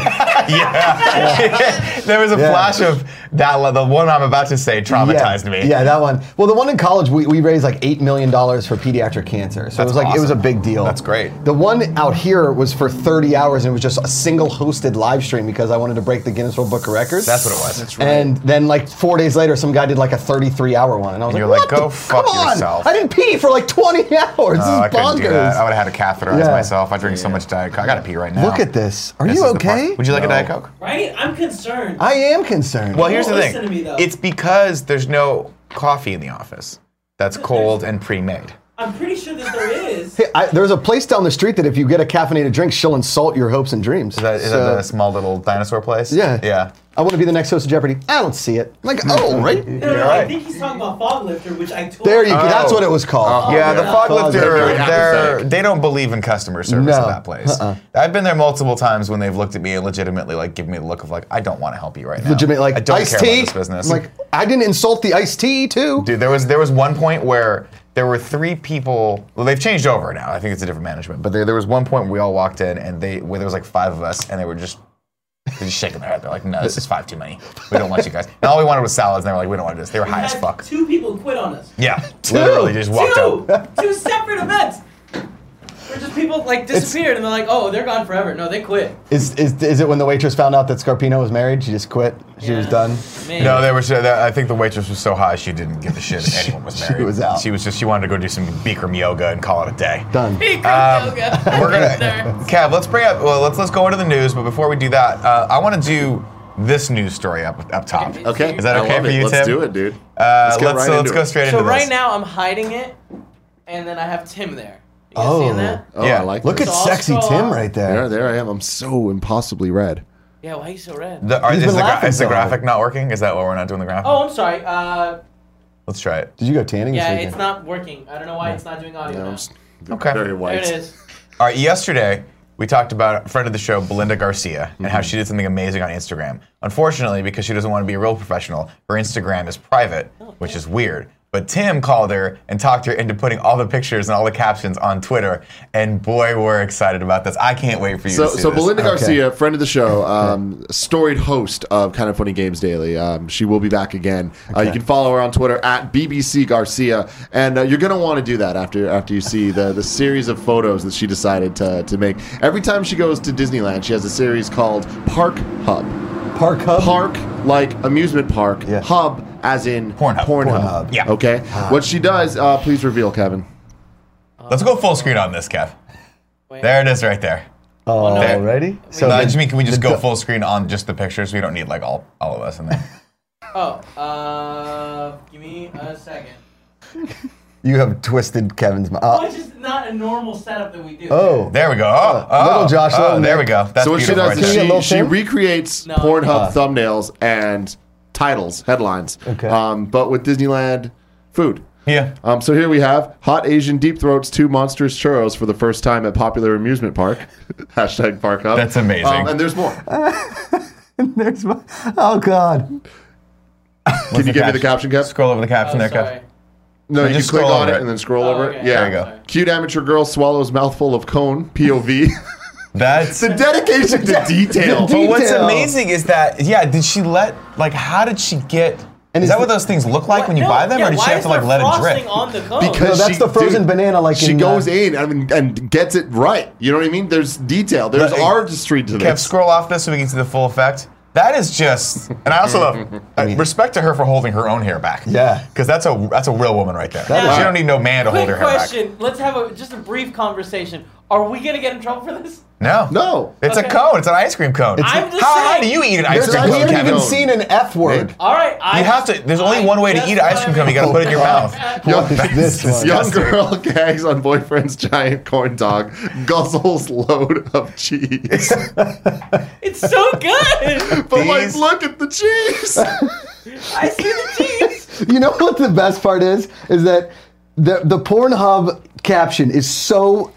A: Yeah. there was a
E: Yeah.
A: flash of that. le- The one I'm about to say traumatized
E: yeah,
A: me.
E: Yeah, that one. Well, the one in college, we, we raised like eight million dollars for pediatric cancer. So it
A: That's
E: was like it was a
A: awesome.
E: big deal.
A: That's great.
E: The one out here was for 30 hours and it was just a single hosted live stream because I wanted to break the Guinness World Book of Records.
A: That's what it was. That's
E: And then like four days later, some guy did like a 33 hour one, and I was
A: And
E: like,
A: you're like,
E: "What
A: go
E: the-
A: fuck
E: come on!
A: yourself."
E: I didn't pee for like 20 hours.
A: Oh, I
E: this is
A: couldn't
E: bonkers.
A: do that. I would have had to catheterize
E: Yeah.
A: myself. I drink so much Diet Coke. I gotta pee right now.
E: Look at this. Are
A: This
E: you
A: is the part-
E: okay?
A: Would you like a Diet Coke?
F: Right? I'm concerned.
E: I am concerned.
A: Well, here's the
F: Don't listen
A: thing.
F: to me, though.
A: it's because there's no coffee in the office. That's cold and pre-made.
F: I'm pretty sure that there is.
E: Hey, I, there's a place down the street that if you get a caffeinated drink, she'll insult your hopes and dreams.
A: Is that, is that the small little dinosaur place?
E: yeah,
A: Yeah.
E: I want to be the next host of Jeopardy. I don't see it. Like, oh, right.
F: No, no,
A: You're
F: no,
A: right.
F: I think he's talking about fog lifter, which I told
E: There you go.
A: Oh.
E: That's what it was called.
A: yeah, the fog lifter,
B: lifter.
A: they're, they don't believe in customer service
E: No,
A: at that place.
E: uh-uh.
A: I've been there multiple times when they've looked at me and legitimately like give me the look of like, I don't want to help you right now.
E: Legitimate, like
A: I don't
E: iced
A: care
E: tea.
A: about this business.
E: I'm like, I didn't insult the iced tea too.
A: Dude, there was there was one point where there were three people. Well, they've changed over now. I think it's a different management. But there, there was one point where we all walked in and they where there was like five of us and they were just they just shaking their head. They're like, no, this is five too many. We don't want you guys. And all we wanted was salads. And they were like, we don't want this. They were
F: We
A: high as
F: had
A: fuck.
F: Two people quit on us.
A: Yeah, literally just walked
F: two!
A: out.
F: two separate events.
C: They're just people like disappeared, and they're like, oh, they're gone forever. No, they quit.
E: Is, is, is it when the waitress found out that Scarpino was married? She just quit. She was
C: Yeah.
E: done.
C: Man.
A: No, there was. Uh, I think the waitress was so high she didn't give a shit if anyone was
E: She
A: married.
E: was out.
A: She was just. She wanted to go do some Bikram yoga and call it a day.
E: Done.
A: We're
D: There.
A: gonna, Cav. Let's bring up. Well, let's let's go into the news. But before we do that, uh, I want to do this news story up up top.
B: Okay.
A: Is that
B: I
A: okay
B: love
A: for
B: it.
A: you,
B: Let's
A: Tim?
B: do it, dude.
A: Uh, let's
B: get right
A: so let's
B: into
A: go
B: it.
A: straight
C: So
A: into
C: right
A: this.
C: now I'm hiding it, and then I have Tim there. You guys
E: Oh.
C: seeing that?
B: Oh,
A: Yeah.
B: I like
E: Look at
B: this.
C: all
E: sexy
C: straw.
E: Tim right there.
B: there, there I am. I'm so impossibly red.
C: Yeah, why are you so red?
A: The, are,
E: He's
A: is,
E: been
A: the gra-
E: laughing
A: is the
E: so hard.
A: graphic not working? Is that why we're not doing the graphic?
C: oh, I'm sorry. Uh,
A: Let's try it.
E: Did you go tanning
C: yeah,
E: this
C: it's
E: weekend?
C: not working. I don't know why it's not doing audio.
B: Yeah,
C: now.
B: I'm s-
A: Okay.
B: very
C: There
B: white.
C: it is.
A: All right, yesterday we talked about a friend of the show, Belinda Garcia, and
B: Mm-hmm.
A: how she did something amazing on Instagram. Unfortunately, because she doesn't want to be a real professional, her Instagram is private,
B: Oh,
A: which is weird. But Tim called her and talked her into putting all the pictures and all the captions on Twitter, and boy, we're excited about this. I can't wait for you
B: So,
A: to see
B: so
A: this.
B: Belinda Garcia, friend of the show, um, storied host of Kind of Funny Games Daily. Um, she will be back again. Uh, you can follow her on Twitter at BBC Garcia, and uh, you're going to want to do that after after you see the the series of photos that she decided to to make. Every time she goes to Disneyland, she has a series called Park Hub.
E: Park Hub.
B: Park, like amusement park.
E: Yeah.
B: Hub, as in
A: Pornhub.
E: Pornhub.
A: Yeah. Ah.
B: Okay. What she does, uh, please reveal, Kevin.
A: Let's go full screen on this, Kev.
C: Wait.
A: There it is, right there. There.
E: Alrighty. So
A: No, I
E: the-
A: just mean, can we just
E: the
A: go
E: do-
A: full screen on just the pictures? We don't need like all, all of us in there.
C: Oh, uh, give me a second.
E: you have twisted Kevin's mouth.
F: Which is not a normal setup that we do.
E: oh.
A: There we go. Oh, oh,
E: little Josh,
A: oh,
E: little
A: there we
E: Nick.
A: go. That's
B: so what she
A: beautiful.
B: does
A: right
B: is
E: Can you
A: there.
E: get a
B: she, she
E: little thin?
B: recreates
C: No.
A: Ah.
B: Pornhub thumbnails and titles, headlines,
E: Okay.
B: um, but with Disneyland food.
A: yeah.
B: Um, so here we have hot Asian deep throats, two monstrous churros for the first time at popular amusement park. Hashtag Park Hub.
A: That's amazing. Uh,
B: Um, and there's more. Can
E: There's my, oh God.
A: Can
B: you give me the caption, Kev?
A: Scroll over the caption
C: Oh,
A: there,
C: sorry.
A: Kev.
B: No, you
A: just
B: can click
A: scroll
B: on
A: over
B: it
A: it.
B: and then scroll
C: Oh,
B: over it.
C: okay.
B: Yeah.
A: There you go.
B: Cute amateur girl swallows mouthful of cone. POV.
A: That's
B: the dedication to detail.
A: But what's
E: detail.
A: amazing is that yeah, did she let like how did she get?
E: And
A: is
E: is
A: that what
E: the-
A: those things look like
C: What?
A: when you
C: No,
A: buy them,
C: yeah,
A: or did
C: why
A: she have
C: is
A: to like
C: there
A: let it
C: frosting
A: drip?
C: on the cone?
E: Oh, No, that's the frozen banana like
B: she
E: in,
B: goes
E: uh,
B: in and, and gets it right. You know what I mean? There's detail. There's
A: Look,
B: artistry to
A: Kev,
B: this.
A: scroll off this so we can see the full effect. That is just, and I also love uh, respect to her for holding her own hair back.
E: Yeah.
A: because that's a that's a real woman right there.
E: That
A: she
C: is-
A: don't need no man to hold her
C: Quick
A: hair back.
C: question. Let's have a just a brief conversation. Are we gonna get in trouble for this?
A: No,
B: No.
A: it's a
C: Okay.
A: cone. It's an ice cream cone.
C: I'm just
A: how high
C: saying.
A: do you eat an ice
E: There's-
A: cream
E: we
A: cone,
E: haven't
A: Kevin?
E: even
B: Kevin.
E: seen an F word.
C: All right. I
A: You have to. There's only
C: I
A: one way to
C: just
A: eat ice cream cone. You
C: wanna-
A: got to put it in your mouth.
E: What is this one?
B: Young girl gags on boyfriend's giant corn dog, guzzles load of cheese.
C: It's so good.
B: But like,
A: These-
B: look at the cheese.
C: I see the cheese.
E: You know what the best part is? Is that the the Pornhub caption is so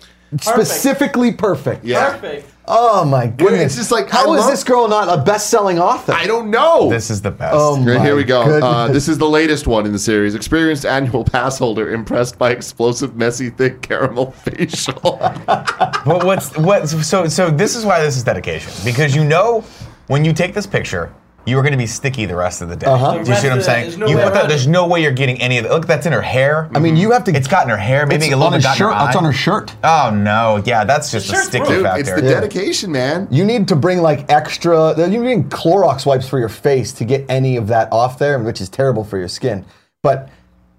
E: specifically perfect.
B: Yeah.
C: Perfect.
E: Oh my goodness!
B: it's just like,
E: how
B: I
E: is
B: love-
E: this girl not a best-selling author?
B: I don't know.
A: This is the best.
E: Oh my
B: Here we go. Uh,
E: goodness.
B: this is the latest one in the series. Experienced annual pass holder impressed by explosive, messy, thick caramel facial.
A: But what's what? So so this is why this is dedication because you know when you take this picture. You are going to be sticky the rest of the day.
E: Uh-huh.
A: Do you see what I'm
C: The rest of it,
A: saying?
C: there's no
A: you
C: way
A: put that,
C: around it.
A: there's no way you're getting any of it. Look, that's in her hair.
E: I mean, you have to.
A: it's got in her hair. Maybe
E: it's
A: a little
E: on
A: bit
E: her
A: got in
E: shirt.
A: her eye.
E: It's on her shirt.
A: Oh no, yeah, that's just a
C: shirt's
A: sticky
C: ruined.
B: Dude,
A: factor.
B: it's the dedication, man.
E: You need to bring like extra. You need Clorox wipes for your face to get any of that off there, which is terrible for your skin. But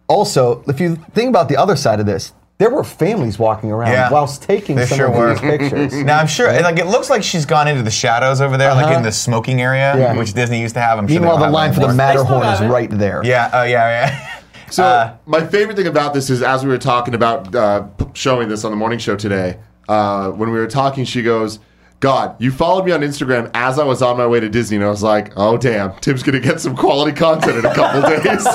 E: also, if you think about the other side of this, there were families walking around
A: Yeah.
E: whilst taking
A: They
E: some
A: sure
E: of
A: were.
E: these pictures.
A: Now I'm sure, and, like it looks like she's gone into the shadows over there, like
E: Uh-huh.
A: in the smoking area,
E: Yeah.
A: which Disney used to have. I'm sure. they don't
E: Meanwhile, the
A: have
E: line
A: that
E: for the
A: anymore.
E: Matterhorn
C: have
E: is
C: it.
E: right there.
A: Yeah. Oh yeah. Yeah.
B: So my favorite thing about this is as we were talking about uh, p- showing this on the morning show today, uh, when we were talking, she goes, "God, you followed me on Instagram as I was on my way to Disney," and I was like, "Oh damn, Tim's gonna get some quality content in a couple days."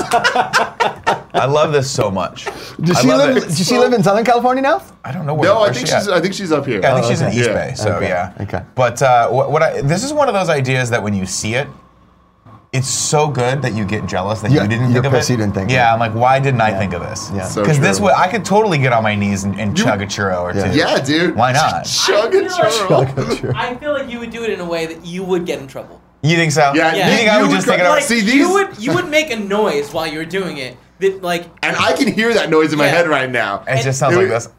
A: I love this so much.
E: Does
A: I
E: she,
A: love
E: live,
A: it.
E: does she live in Southern California now?
A: I don't know where.
B: no, I
A: where
B: think
A: she at.
B: she's I think she's up here.
A: Yeah, I think
C: Oh,
A: she's in
B: okay.
A: East
B: Yeah.
A: Bay. So
E: Oh, Okay.
A: yeah.
E: Okay.
A: But uh, what, what I this is one of those ideas that when you see it, it's so good that you get jealous that
E: Yeah,
A: you didn't
E: you're
A: think of
E: pissed
A: it.
E: you didn't think of
A: yeah,
E: it.
A: I'm like, why didn't I think of this?
E: Yeah. So
A: Because this
B: true.
A: would I could totally get on my knees and, and chug a churro or two.
B: Yeah, dude.
A: Why not?
B: Chug
C: I
B: a
C: feel like-
B: churro.
C: I feel like you would do it in a way that you would get in trouble.
A: You think so?
B: Yeah,
A: You think I
B: you
A: would
B: would
A: just
B: go-
A: take it
B: like-
A: off?
B: See, these-
C: you would you would make a noise while you were doing it that like
B: And I can hear that noise in my
C: Yeah.
B: head right now.
A: It just sounds
B: It
A: like
B: was-
A: this.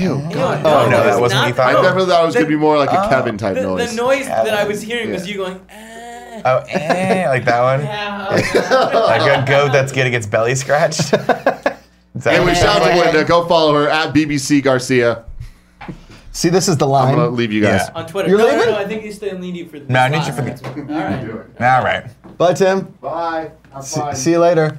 B: Ew. God.
A: Oh, no, that wasn't what you
C: not-
A: thought?
B: I
C: no.
B: definitely thought it was
C: The- uh,
B: gonna be more like a Kevin type
C: the, the
B: noise.
C: noise. that I was hearing was you going. "Ah."
A: Oh, eh, like that one.
F: Yeah, okay.
A: Like a goat that's getting its belly scratched. Is that
B: Anyway,
A: what it
B: shout
A: sounds
B: out to
A: like?
B: Linda. Go follow her at BBC Garcia.
E: See, this is the
B: I'm
E: line.
B: gonna leave you guys.
A: Yeah.
C: on Twitter.
E: You're
C: no, no,
E: leaving?
C: no, I think they still need you for the.
A: No, I need you for the-
C: All right.
A: All right.
E: Bye, Tim.
B: Bye. Have
E: See, see you later.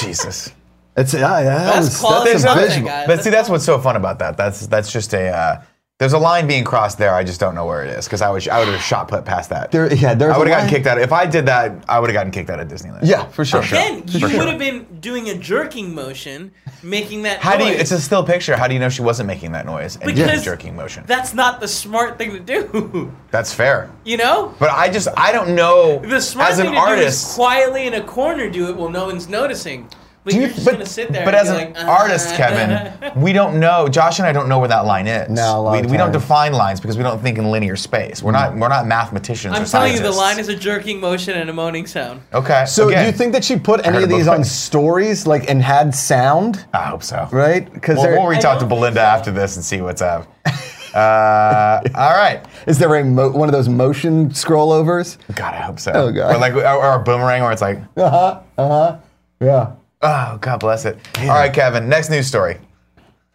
A: Jesus.
E: It's yeah, yeah, that
C: That's
E: was-
C: quality
E: that's a
A: content,
E: visual.
C: guys.
A: But see, that's what's so fun about that. That's that's just a. Uh, there's a line being crossed there. I just don't know where it is because I would I would have shot put past that.
E: There, yeah, there's
A: I
E: a
A: would have gotten
E: line.
A: kicked out. If I did that, I would have gotten kicked out of Disneyland.
E: Yeah, for sure.
C: Then you
A: For sure.
C: would have been doing a jerking motion, making that.
A: How do
C: noise.
A: you? It's a still picture. How do you know she wasn't making that noise and did
C: Because-
A: the jerking motion?
C: That's not the smart thing to do.
A: That's fair.
C: You know.
A: But I just I don't know.
C: The smart
A: as
C: thing
A: an
C: to do is
A: artist,
C: quietly in a corner do it while no one's noticing. Like
A: do
C: you,
A: you-
C: are just
A: but,
C: gonna sit there.
A: but
C: and
A: as
C: be
A: an
C: like,
A: artist,
C: "Uh,
A: Kevin, we don't know. Josh and I don't know where that line is.
E: No, a lot
A: we,
E: of
A: we don't
E: times.
A: define lines because we don't think in linear space. We're not we're not mathematicians.
C: I'm
A: or
C: telling you, the
A: scientists.
C: line is a jerking motion and a moaning sound.
A: okay.
E: So
A: again,
E: do you think that she put
A: heard
E: any
A: it
E: of these
A: both
E: on
A: ways.
E: stories, like, and had sound,
A: I hope so.
E: right? Because
A: Well, we'll reach
C: I
A: out to
C: don't
A: Belinda
C: think so.
A: after this and see what's up. uh, all right.
E: is there a mo- one of those motion scroll overs?
A: God, I hope so.
E: Oh, God.
A: Or like or, or a boomerang, where it's like, uh-huh.
E: Yeah.
A: oh God bless it. All right, Kevin. Next news story.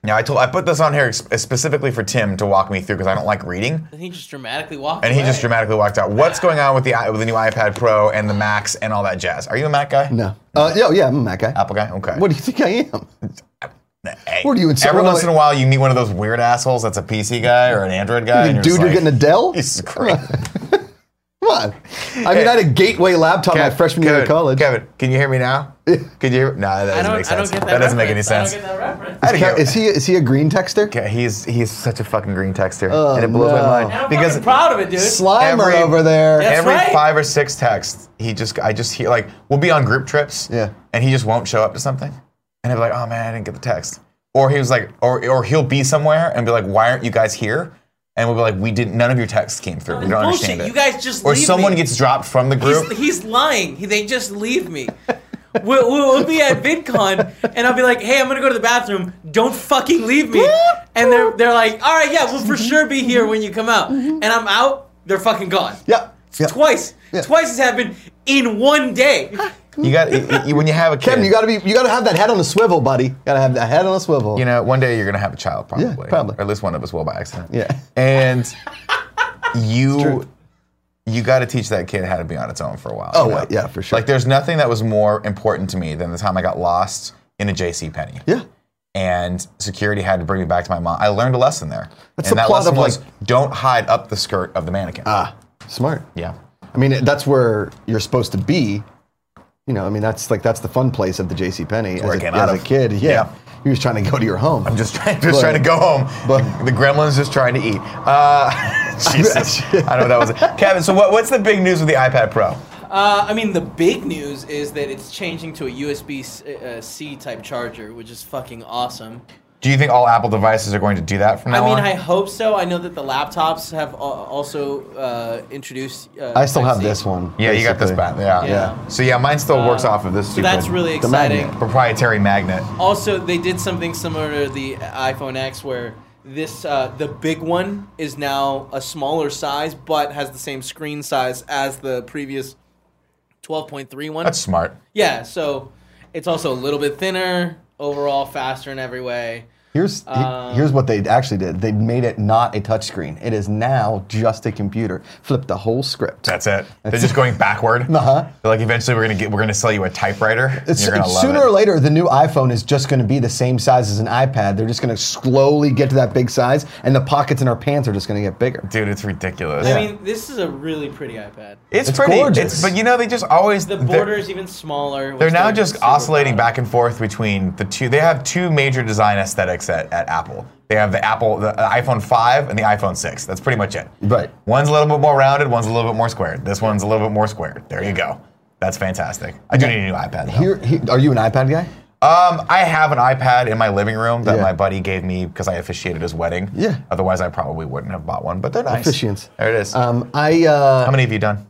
A: Now I told I put this on here ex- specifically for Tim to walk me through because I don't like reading.
C: And he just dramatically walked.
A: And he
C: away.
A: just dramatically walked out. What's going on with the i- with the new iPad Pro and the Macs and all that jazz? Are you a Mac guy?
E: No. Uh, yeah, yeah, I'm that guy.
A: Apple guy? Okay.
E: What do you think I am?
A: Hey,
E: what are you, in-
A: Every
E: what,
A: once in
E: like-
A: a while, you meet one of those weird assholes that's a PC guy or an Android guy. and
E: Dude,
A: you're
E: you're
A: just
E: getting
A: like,
E: Adele?
A: Jesus Christ.
E: Come on. I mean, I had a gateway laptop my freshman year of
A: Kevin,
E: college.
A: Kevin, can you hear me now? Could you hear? No, that doesn't
C: I don't.
A: make
C: I
A: sense.
C: don't get that.
A: doesn't make any
C: reference.
A: sense.
C: I don't get that reference.
A: I didn't
E: Kev-
A: get-
E: is he is he a green texter?
A: Okay, He's he's such a fucking green texter, and it blows
E: Oh, no.
A: my
C: And I'm
A: mind because
C: fucking proud of it, dude.
E: Slimer
A: every-
E: over there.
C: Yeah. That's
A: every
C: right.
A: five or six texts, he just I just hear like we'll be on group trips,
E: Yeah.
A: and he just won't show up to something, and I'd be like, oh man, I didn't get the text, or he was like, or or he'll be somewhere and be like, why aren't you guys here? And we'll be like, we didn't. None of your texts came through. We don't
C: Bullshit!
A: understand it.
C: You guys just
A: or
C: leave
A: someone
C: me.
A: gets dropped from the group.
C: He's, he's lying. He, they just leave me. We'll, we'll we'll be at VidCon, and I'll be like, "Hey, I'm gonna go to the bathroom. Don't fucking leave me." And they're they're like, "All right, yeah, we'll
E: Mm-hmm.
C: for sure be here when you come out." And I'm out. They're fucking gone.
E: Yep. Yep.
C: Twice. Twice has happened in one day.
A: You got you- you- when you have a kid.
E: Kevin, you gotta be you gotta have that head on a swivel, buddy. Gotta have that head on a swivel.
A: you know, one day you're gonna have a child, probably.
E: probably.
A: Or at least one of us will by accident.
E: Yeah.
A: And you you gotta teach that kid how to be on its own for a while.
E: Oh,
A: you know?
E: wait, yeah, for sure.
A: Like there's nothing that was more important to me than the time I got lost in a JC Penney.
E: yeah.
A: And security had to bring me back to my mom. I learned a lesson there.
E: That's
A: and
E: the
A: that
E: plot
A: lesson
E: of,
A: was
E: like-
A: don't hide up the skirt of the mannequin.
E: Ah, smart.
A: yeah.
E: I mean, that's where you're supposed to be. You know, I mean, that's like that's the fun place of the J.C. Penney
A: where
E: as,
A: I
E: a,
A: came out
E: as a
A: of.
E: kid. Yeah.
A: Yeah.
E: he was trying to go to your home.
A: I'm just trying, just
E: But-
A: trying to go home.
E: but-
A: the gremlin's just trying to eat. Uh, Jesus, I don't know what that was. Kevin, so what, what's the big news with the iPad Pro?
C: Uh, I mean, the big news is that it's changing to a USB uh, C type charger, which is fucking awesome.
A: Do you think all Apple devices are going to do that from
C: I
A: now
C: mean,
A: on?
C: I hope so. I know that the laptops have al- also uh, introduced. Uh,
E: I still have
C: Type-C.
E: this one.
A: yeah, you got this
E: basically.
A: back. Yeah.
C: Yeah.
A: So yeah, mine still works off of this
C: So
A: stupid
C: that's really
E: The magnet.
C: exciting.
A: proprietary magnet.
C: Also, they did something similar to the iPhone X, where this uh, the big one is now a smaller size, but has the same screen size as the previous 12.3 one.
A: That's smart.
C: yeah, so it's also a little bit thinner overall, faster in every way.
E: Here's he- here's what they actually did. They made it not a touchscreen. It is now just a computer. Flip the whole script.
A: That's it. They're just going backward.
E: Uh-huh.
A: They're like eventually we're gonna get we're gonna sell you a typewriter. and
E: It's-
A: you're gonna love
E: sooner
A: it.
E: or later, the new iPhone is just going to be the same size as an iPad. They're just going to slowly get to that big size, and the pockets in our pants are just going to get bigger.
A: Dude, it's ridiculous.
C: I mean, this is a really pretty iPad.
A: it's,
E: It's
A: pretty.
E: gorgeous.
A: It's, but you know, they just always
C: The
A: they're-
C: border is even smaller. which
A: They're now
C: they're
A: just
C: super
A: oscillating
C: proud of.
A: back and forth between the two. They have two major design aesthetics at, at Apple. They have the Apple, the iPhone 5 and the iPhone 6. That's pretty much it.
E: Right.
A: One's a little bit more rounded, one's a little bit more squared. This one's a little bit more squared. There you go. That's fantastic. I do need a new iPad. Though.
E: Here, he- are you an iPad guy?
A: Um, I have an iPad in my living room that
E: Yeah.
A: my buddy gave me because I officiated his wedding.
E: Yeah.
A: Otherwise, I probably wouldn't have bought one. But they're nice.
E: Officiants.
A: There it is.
E: Um, I uh,
A: How many have you done?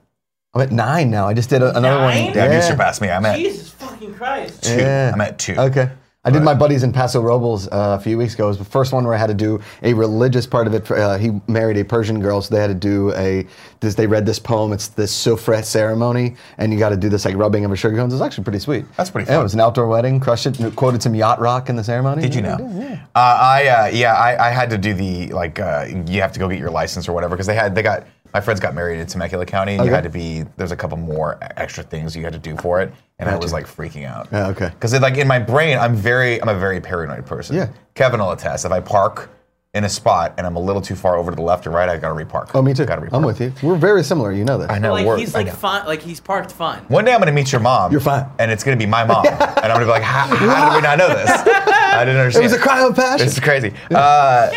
E: I'm at nine now. I just did a, another
C: Nine?
E: one.
A: Yeah,
E: Yeah.
A: you surpassed me. I'm at
C: Jesus fucking Christ!
A: two.
E: Yeah.
A: I'm at two.
E: Okay. I did my buddies in Paso Robles uh, a few weeks ago. It was the first one where I had to do a religious part of it. Uh, he married a Persian girl, so they had to do a. This, they read this poem. It's this sufre ceremony, and you got to do this like rubbing of a sugar cone. It was actually pretty sweet.
A: That's pretty
E: Yeah,
A: fun.
E: it was an outdoor wedding. Crushed it. Quoted some yacht rock in the ceremony.
A: Did you know? Uh, I uh, yeah, I, I had to do the like uh, you have to go get your license or whatever because they had they got my friends got married in Temecula County and you
E: Okay.
A: had to be there's a couple more e- extra things you had to do for it and I was like freaking out.
E: Yeah, okay.
A: Because like in my brain I'm very I'm a very paranoid person.
E: Yeah.
A: Kevin will attest if I park in a spot and I'm a little too far over to the left or right I got to repark.
E: Oh, me too.
A: Got to repark.
E: I'm with you. We're very similar. You know that.
A: I know.
C: like
A: we're-
C: he's
A: I
C: like
A: know.
C: fine, like he's parked fine.
A: One day I'm gonna meet your mom.
E: You're fine.
A: And it's gonna be my mom. and I'm gonna be like, how, how did we not know this? I didn't
E: It
A: understand.
E: was a cry of passion.
A: It's crazy. Uh,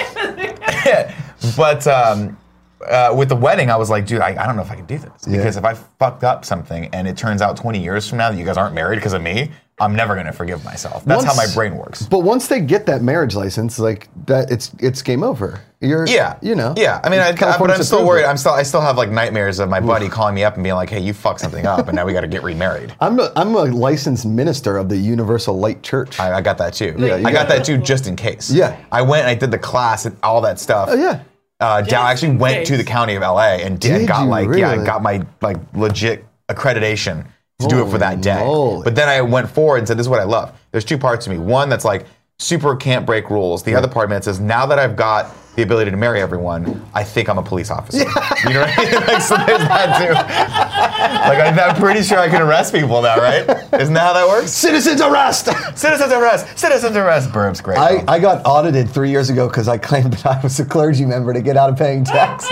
A: but um, uh, with the wedding, I was like, dude, I, I don't know if I can do this. Because if I fucked up something and it turns out 20 years from now that you guys aren't married because of me, I'm never going to forgive myself. That's how my
E: Once-
A: brain works.
E: But once they get that marriage license, like that, it's it's game over. You're
A: Yeah,
E: you know.
A: Yeah, I mean, I, I, but
E: California's
A: I'm still
E: approved
A: worried.
E: it.
A: I'm still, I still have like nightmares of my buddy calling me up and being like, "Hey, you fucked something up, and now we got to get remarried."
E: I'm a, I'm a licensed minister of the Universal Light Church.
A: I, I got that too.
E: Yeah, you
A: I got
E: got
A: that too, just in case.
E: Yeah.
A: I went, and I did the class and all that stuff.
E: oh yeah.
A: uh, down, I actually
C: in
A: went
C: case.
A: to the county of LA and, did, and
E: Did
A: got
E: you
A: like yeah, I
E: really?
A: got my like legit accreditation to do it for
E: Holy
A: that day.
E: moly.
A: But then I went forward and said, "This is what I love." There's two parts of me. One that's like super can't break rules. The other part of me that says, "Now that I've got the ability to marry everyone, I think I'm a police officer." You know what I mean? Like, so there's that too. like I'm, I'm pretty sure I can arrest people now, right? Isn't that how that works?
E: Citizens arrest.
A: Citizens arrest. Citizens arrest. Burbs great.
E: I,
A: though.
E: I got audited three years ago because I claimed that I was a clergy member to get out of paying taxes.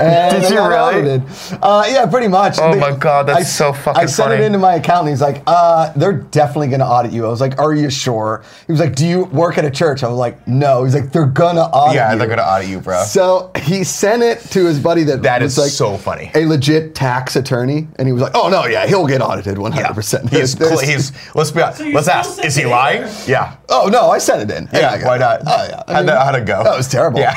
E: And
A: Did
E: I
A: you
E: got
A: really?
E: audited. Uh, yeah, pretty much.
A: Oh my God, that's so fucking
E: I sent
A: funny.
E: it into my accountant. He's like, uh, they're definitely going to audit you. I was like, are you sure? He was like, do you work at a church? I was like, no. He's like, they're going to audit
A: yeah,
E: you.
A: they're gonna audit you, bro.
E: So he sent it to his buddy that,
A: That
E: was
A: is
E: like
A: so funny.
E: a legit tax attorney, and he was like, "Oh no, yeah, he'll get audited 100." percent
A: He's, cl- he's let's be honest.
F: So you're
A: let's
F: still
A: ask. Is he
F: sitting
A: lying?
F: there.
A: Yeah.
E: Oh no, I sent it in.
A: Yeah, why not?
E: Oh yeah, I
A: How'd
E: mean,
A: that- how'd it go?
E: That was terrible.
A: Yeah.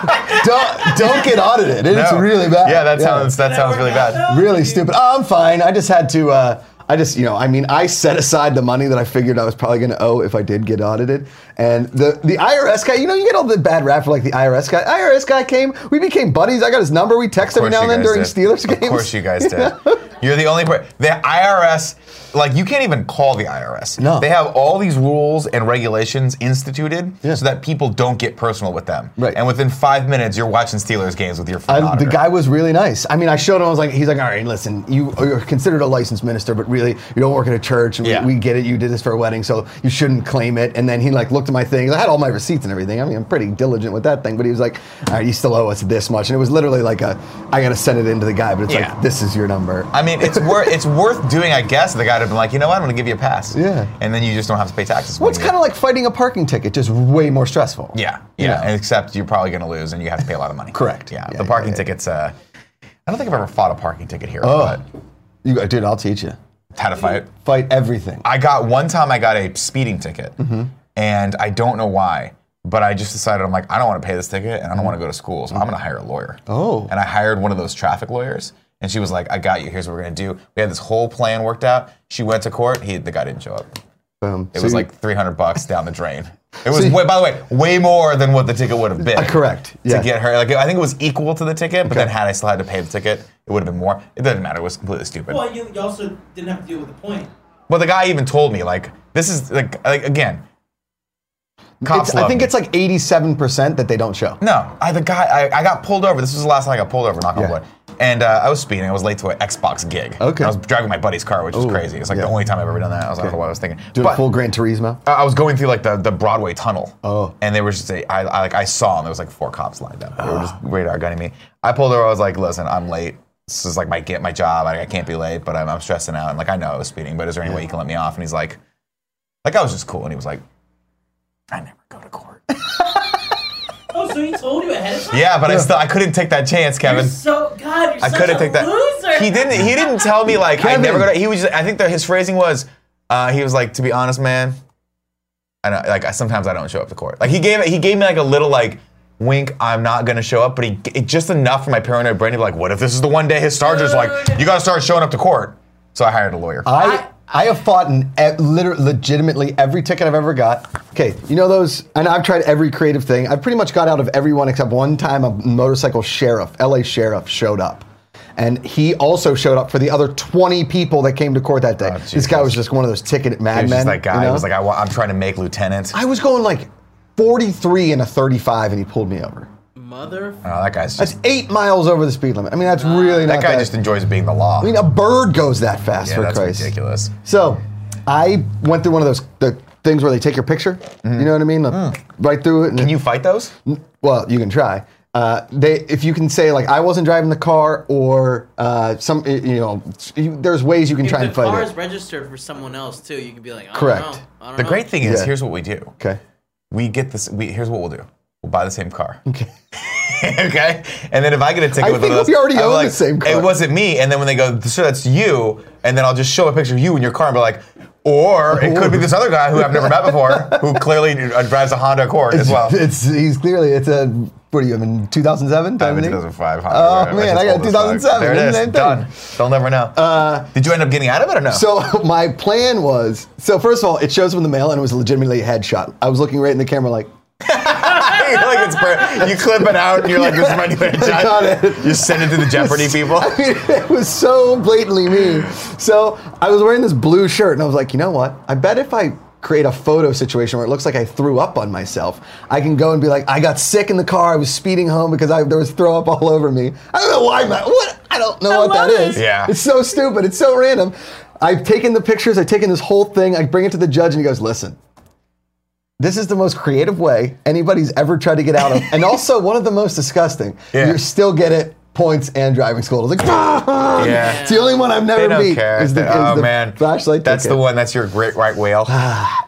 E: don't don't get audited. It's
A: No.
E: really bad.
A: Yeah, that sounds that
F: That
A: sounds really
F: worked out,
A: bad.
F: though?
E: really stupid. Oh, I'm fine. I just had to. Uh, I just, you know, I mean, I set aside the money that I figured I was probably going to owe if I did get audited. And the, the IRS guy, you know, you get all the bad rap for like the IRS guy. IRS guy came, we became buddies. I got his number. We text every
A: Of course
E: now and
A: you
E: then
A: guys
E: during
A: did.
E: Steelers games.
A: Of course, you guys did. You're the only person. The IRS, like you can't even call the IRS.
E: No.
A: They have all these rules and regulations instituted
E: Yeah.
A: so that people don't get personal with them.
E: Right.
A: And within five minutes, you're watching Steelers games with your phone.
E: I, the guy was really nice. I mean, I showed him. I was like, he's like, all right, listen, you, you're considered a licensed minister, but really, you don't work at a church. And
A: Yeah.
E: we, we get it. You did this for a wedding, so you shouldn't claim it. And then he like looked at my things. I had all my receipts and everything. I mean, I'm pretty diligent with that thing. But he was like, all right, you still owe us this much. And it was literally like a, I gotta send it in to the guy, but it's
A: Yeah.
E: like this is your number.
A: I mean, it's worth it's worth doing, I guess. The guy would have been like, you know what, I'm gonna give you a pass.
E: Yeah.
A: And then you just don't have to pay taxes.
E: Well, it's
A: when you-
E: kind of like fighting a parking ticket, just way more stressful.
A: Yeah,
E: You
A: yeah.
E: know?
A: Except you're probably going to lose, and you have to pay a lot of money.
E: Correct.
A: Yeah.
E: Yeah,
A: the
E: yeah,
A: parking
E: yeah. Oh.
A: tickets. Uh, I don't think I've ever fought a parking ticket here,
E: You, dude, I'll teach you.
A: but had a fight.
E: Fight everything.
A: I got one time. I got a speeding ticket,
E: Mm-hmm.
A: and I don't know why. But I just decided I'm like I don't want to pay this ticket, and I don't want to go to school, so I'm going to hire a lawyer.
E: Mm. Mm-hmm. Oh.
A: And I hired one of those traffic lawyers, and she was like, "I got you. Here's what we're going to do." We had this whole plan worked out. She went to court. He, the guy didn't show up.
E: Boom.
A: It
E: So
A: was
E: you-
A: like 300 bucks down the drain. It was,
E: So you-
A: way, by the way, way more than what the ticket would have been.
E: Uh, correct,
A: To
E: yeah.
A: get her, like I think it was equal to the ticket, but
E: Okay.
A: then had I still had to pay the ticket, it would have been more. It doesn't matter. It was completely stupid.
F: Well, you, you also didn't have to deal with the point.
A: But the guy even told me, like, this is like, like again, cops.
E: It's- I
A: love
E: think
A: me.
E: it's like 87% that they don't show.
A: No, I the guy I, I got pulled over. This was the last time I got pulled over. Knock on
E: Yeah.
A: wood. And uh, I was speeding. I was late to an Xbox gig.
E: Okay.
A: I was driving my buddy's car, which is
E: Ooh,
A: crazy. It's like
E: yeah.
A: the only time I've ever done that. I was I don't know what I was thinking.
E: Doing
A: But-
E: full Gran Turismo.
A: I I was going through like the, the Broadway tunnel.
E: Oh.
A: And there was just a, I, I like I saw them. There was like four cops lined up. They were just radar gunning me. I pulled over. I was like, listen, I'm late. This is like my get my job. I, I can't be late, but I'm, I'm stressing out. And like I know I was speeding, but is there any way you can let me off? And he's like, like I was just cool. And he was like, I never go to court.
F: Oh, so he told you ahead of time?
A: yeah, but I still I couldn't take that chance, Kevin.
F: You're so God, you're
A: I
F: such
A: couldn't
F: a
A: take that.
F: loser.
A: He didn't. He didn't tell me like I
E: Kevin.
A: never go to. He was. Just, I think that his phrasing was. Uh, he was like, to be honest, man. I know, like I, sometimes I don't show up to court. Like he gave he gave me like a little like wink. I'm not gonna show up, but he it, just enough for my paranoid brain to be like, what if this is the one day his sergeant's like,
F: Dude.
A: you gotta start showing up to court. So I hired a lawyer.
E: I,
C: I,
E: I have fought in e- liter- legitimately every ticket I've ever got. Okay, you know those, and I've tried every creative thing. I've pretty much got out of everyone except one time a motorcycle sheriff, LA sheriff, showed up. And he also showed up for the other 20 people that came to court that day.
A: Oh,
E: this guy
A: Jesus.
E: was just one of those ticket
A: He
E: madmen.
A: was just that guy.
E: you
A: who
E: know?
A: was like, "Ah." I am trying to make lieutenant.
E: I was going like 43 and a 35, and he pulled me over.
C: Mother.
A: Oh, that guy's
E: That's
A: just,
E: eight miles over the speed limit. I mean, that's really not
A: Ah, that guy
E: bad.
A: just enjoys being the law.
E: I mean, a bird goes that fast
A: yeah,
E: for
A: that's
E: Christ.
A: ridiculous.
E: So, I went through one of those the things where they take your picture. You know what I mean? Like, Right through it. And
A: Mm. Can you fight those?
E: Well, you can try. Uh, they, if you can say like I wasn't driving the car, or uh, some, you know, you, there's ways you can
C: If
E: try
C: the
E: and fight
C: car
E: it.
C: is registered for someone else too, you could be like, I
E: Correct.
C: Don't know. I don't
A: The
C: know.
A: great thing is,
E: Yeah.
A: here's what we do.
E: okay.
A: We get this. We, here's what we'll do. We'll buy the same car.
E: Okay.
A: okay? And then if I get a ticket
E: I
A: with one
E: think
A: of those,
E: we already
A: I'm
E: own the
A: like,
E: same car.
A: It wasn't me. And then when they go, so that's you, and then I'll just show a picture of you in your car and be like, or it could be this other guy who I've never met before, who clearly uh, drives a Honda Accord as well.
E: It's he's clearly it's a what are you? I mean, 2007.
A: I have a 2005 Honda.
E: Oh,
A: which
E: man,
A: is
E: I got
A: old as
E: 2007.
A: fuck. There it
E: Same
A: is.
E: thing. Uh,
A: Done. They'll never know. Did you end up getting out of it or no?
E: So my plan was so first of all, it shows up in the mail and it was legitimately a headshot. I was looking right in the camera like,
A: You're like it's per- you clip it out and you're like, this is my new
E: Got
A: headshot.
E: it.
A: You send it to the Jeopardy people.
E: I mean, it was so blatantly me. So I was wearing this blue shirt and I was like, you know what? I bet if I create a photo situation where it looks like I threw up on myself, I can go and be like, I got sick in the car, I was speeding home because I, there was throw up all over me. I don't know why, my, what? I don't know what that
D: love it.
E: is.
A: Yeah.
E: It's so stupid. It's so random. I've taken the pictures, I've taken this whole thing, I bring it to the judge and he goes, listen, this is the most creative way anybody's ever tried to get out of, and also one of the most disgusting.
A: Yeah.
E: You still get it points and driving school. It's like,
A: Yeah.
E: it's the only one I've never
A: They don't
E: beat.
A: care.
E: is the-
A: They-
E: is
A: oh
E: the
A: man,
E: flashlight.
A: That's
E: ticket.
A: the one. That's your great right whale.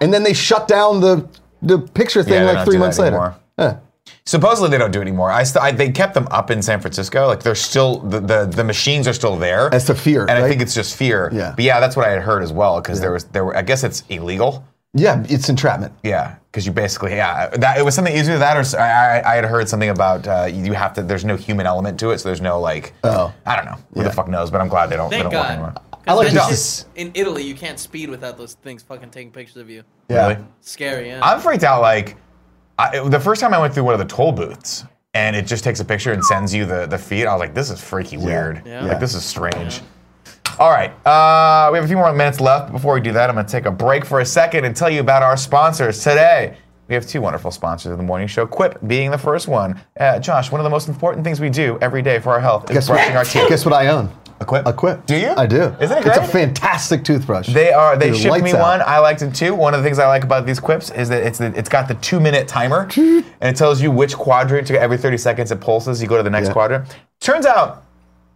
E: And then they shut down the the picture thing
A: they
E: like
A: don't
E: three
A: do that
E: months
A: anymore.
E: later. Yeah.
A: Supposedly they don't do it anymore. I, st- I they kept them up in San Francisco. Like they're still the, the the machines are still there.
E: As to fear,
A: and I
E: right?
A: think it's just fear.
E: Yeah.
A: But yeah, that's what I had heard as well because there was there were. I guess it's illegal.
E: Yeah, it's entrapment.
A: Yeah, because you basically yeah that it was something easier than that or s- I, I- I had heard something about uh, you have to there's no human element to it so there's no like
E: Oh.
A: I don't know who
E: Yeah.
A: the fuck knows but I'm glad they don't they
C: Thank
A: don't work
C: God.
A: anymore.
C: 'Cause
E: I like
C: then
E: to
C: it's
E: s-
C: just- in Italy, you can't speed without those things fucking taking pictures of you.
E: Yeah.
A: Really?
C: Scary, yeah.
A: I'm freaked out. Like I, it- the first time I went through one of the toll booths, and it just takes a picture and sends you the the feed. I was like, this is freaky weird.
C: Yeah.
A: Like this is strange. All right, uh, we have a few more minutes left. Before we do that, I'm going to take a break for a second and tell you about our sponsors today. We have two wonderful sponsors of the morning show. Quip being the first one. Uh, Josh, one of the most important things we do every day for our health is
E: Guess
A: brushing our
E: what?
A: teeth.
E: Guess what I own?
A: A Quip.
E: A quip.
A: Do you?
E: I do.
A: Isn't it
E: It's a
A: great?
E: fantastic toothbrush.
A: They are. They
E: Dude,
A: shipped me
E: lights out.
A: one. I liked them too. One of the things I like about these quips is that it's the, it's got the two minute timer, and it tells you which quadrant. You every thirty seconds it pulses. You go to the next
E: Yeah.
A: quadrant. Turns out,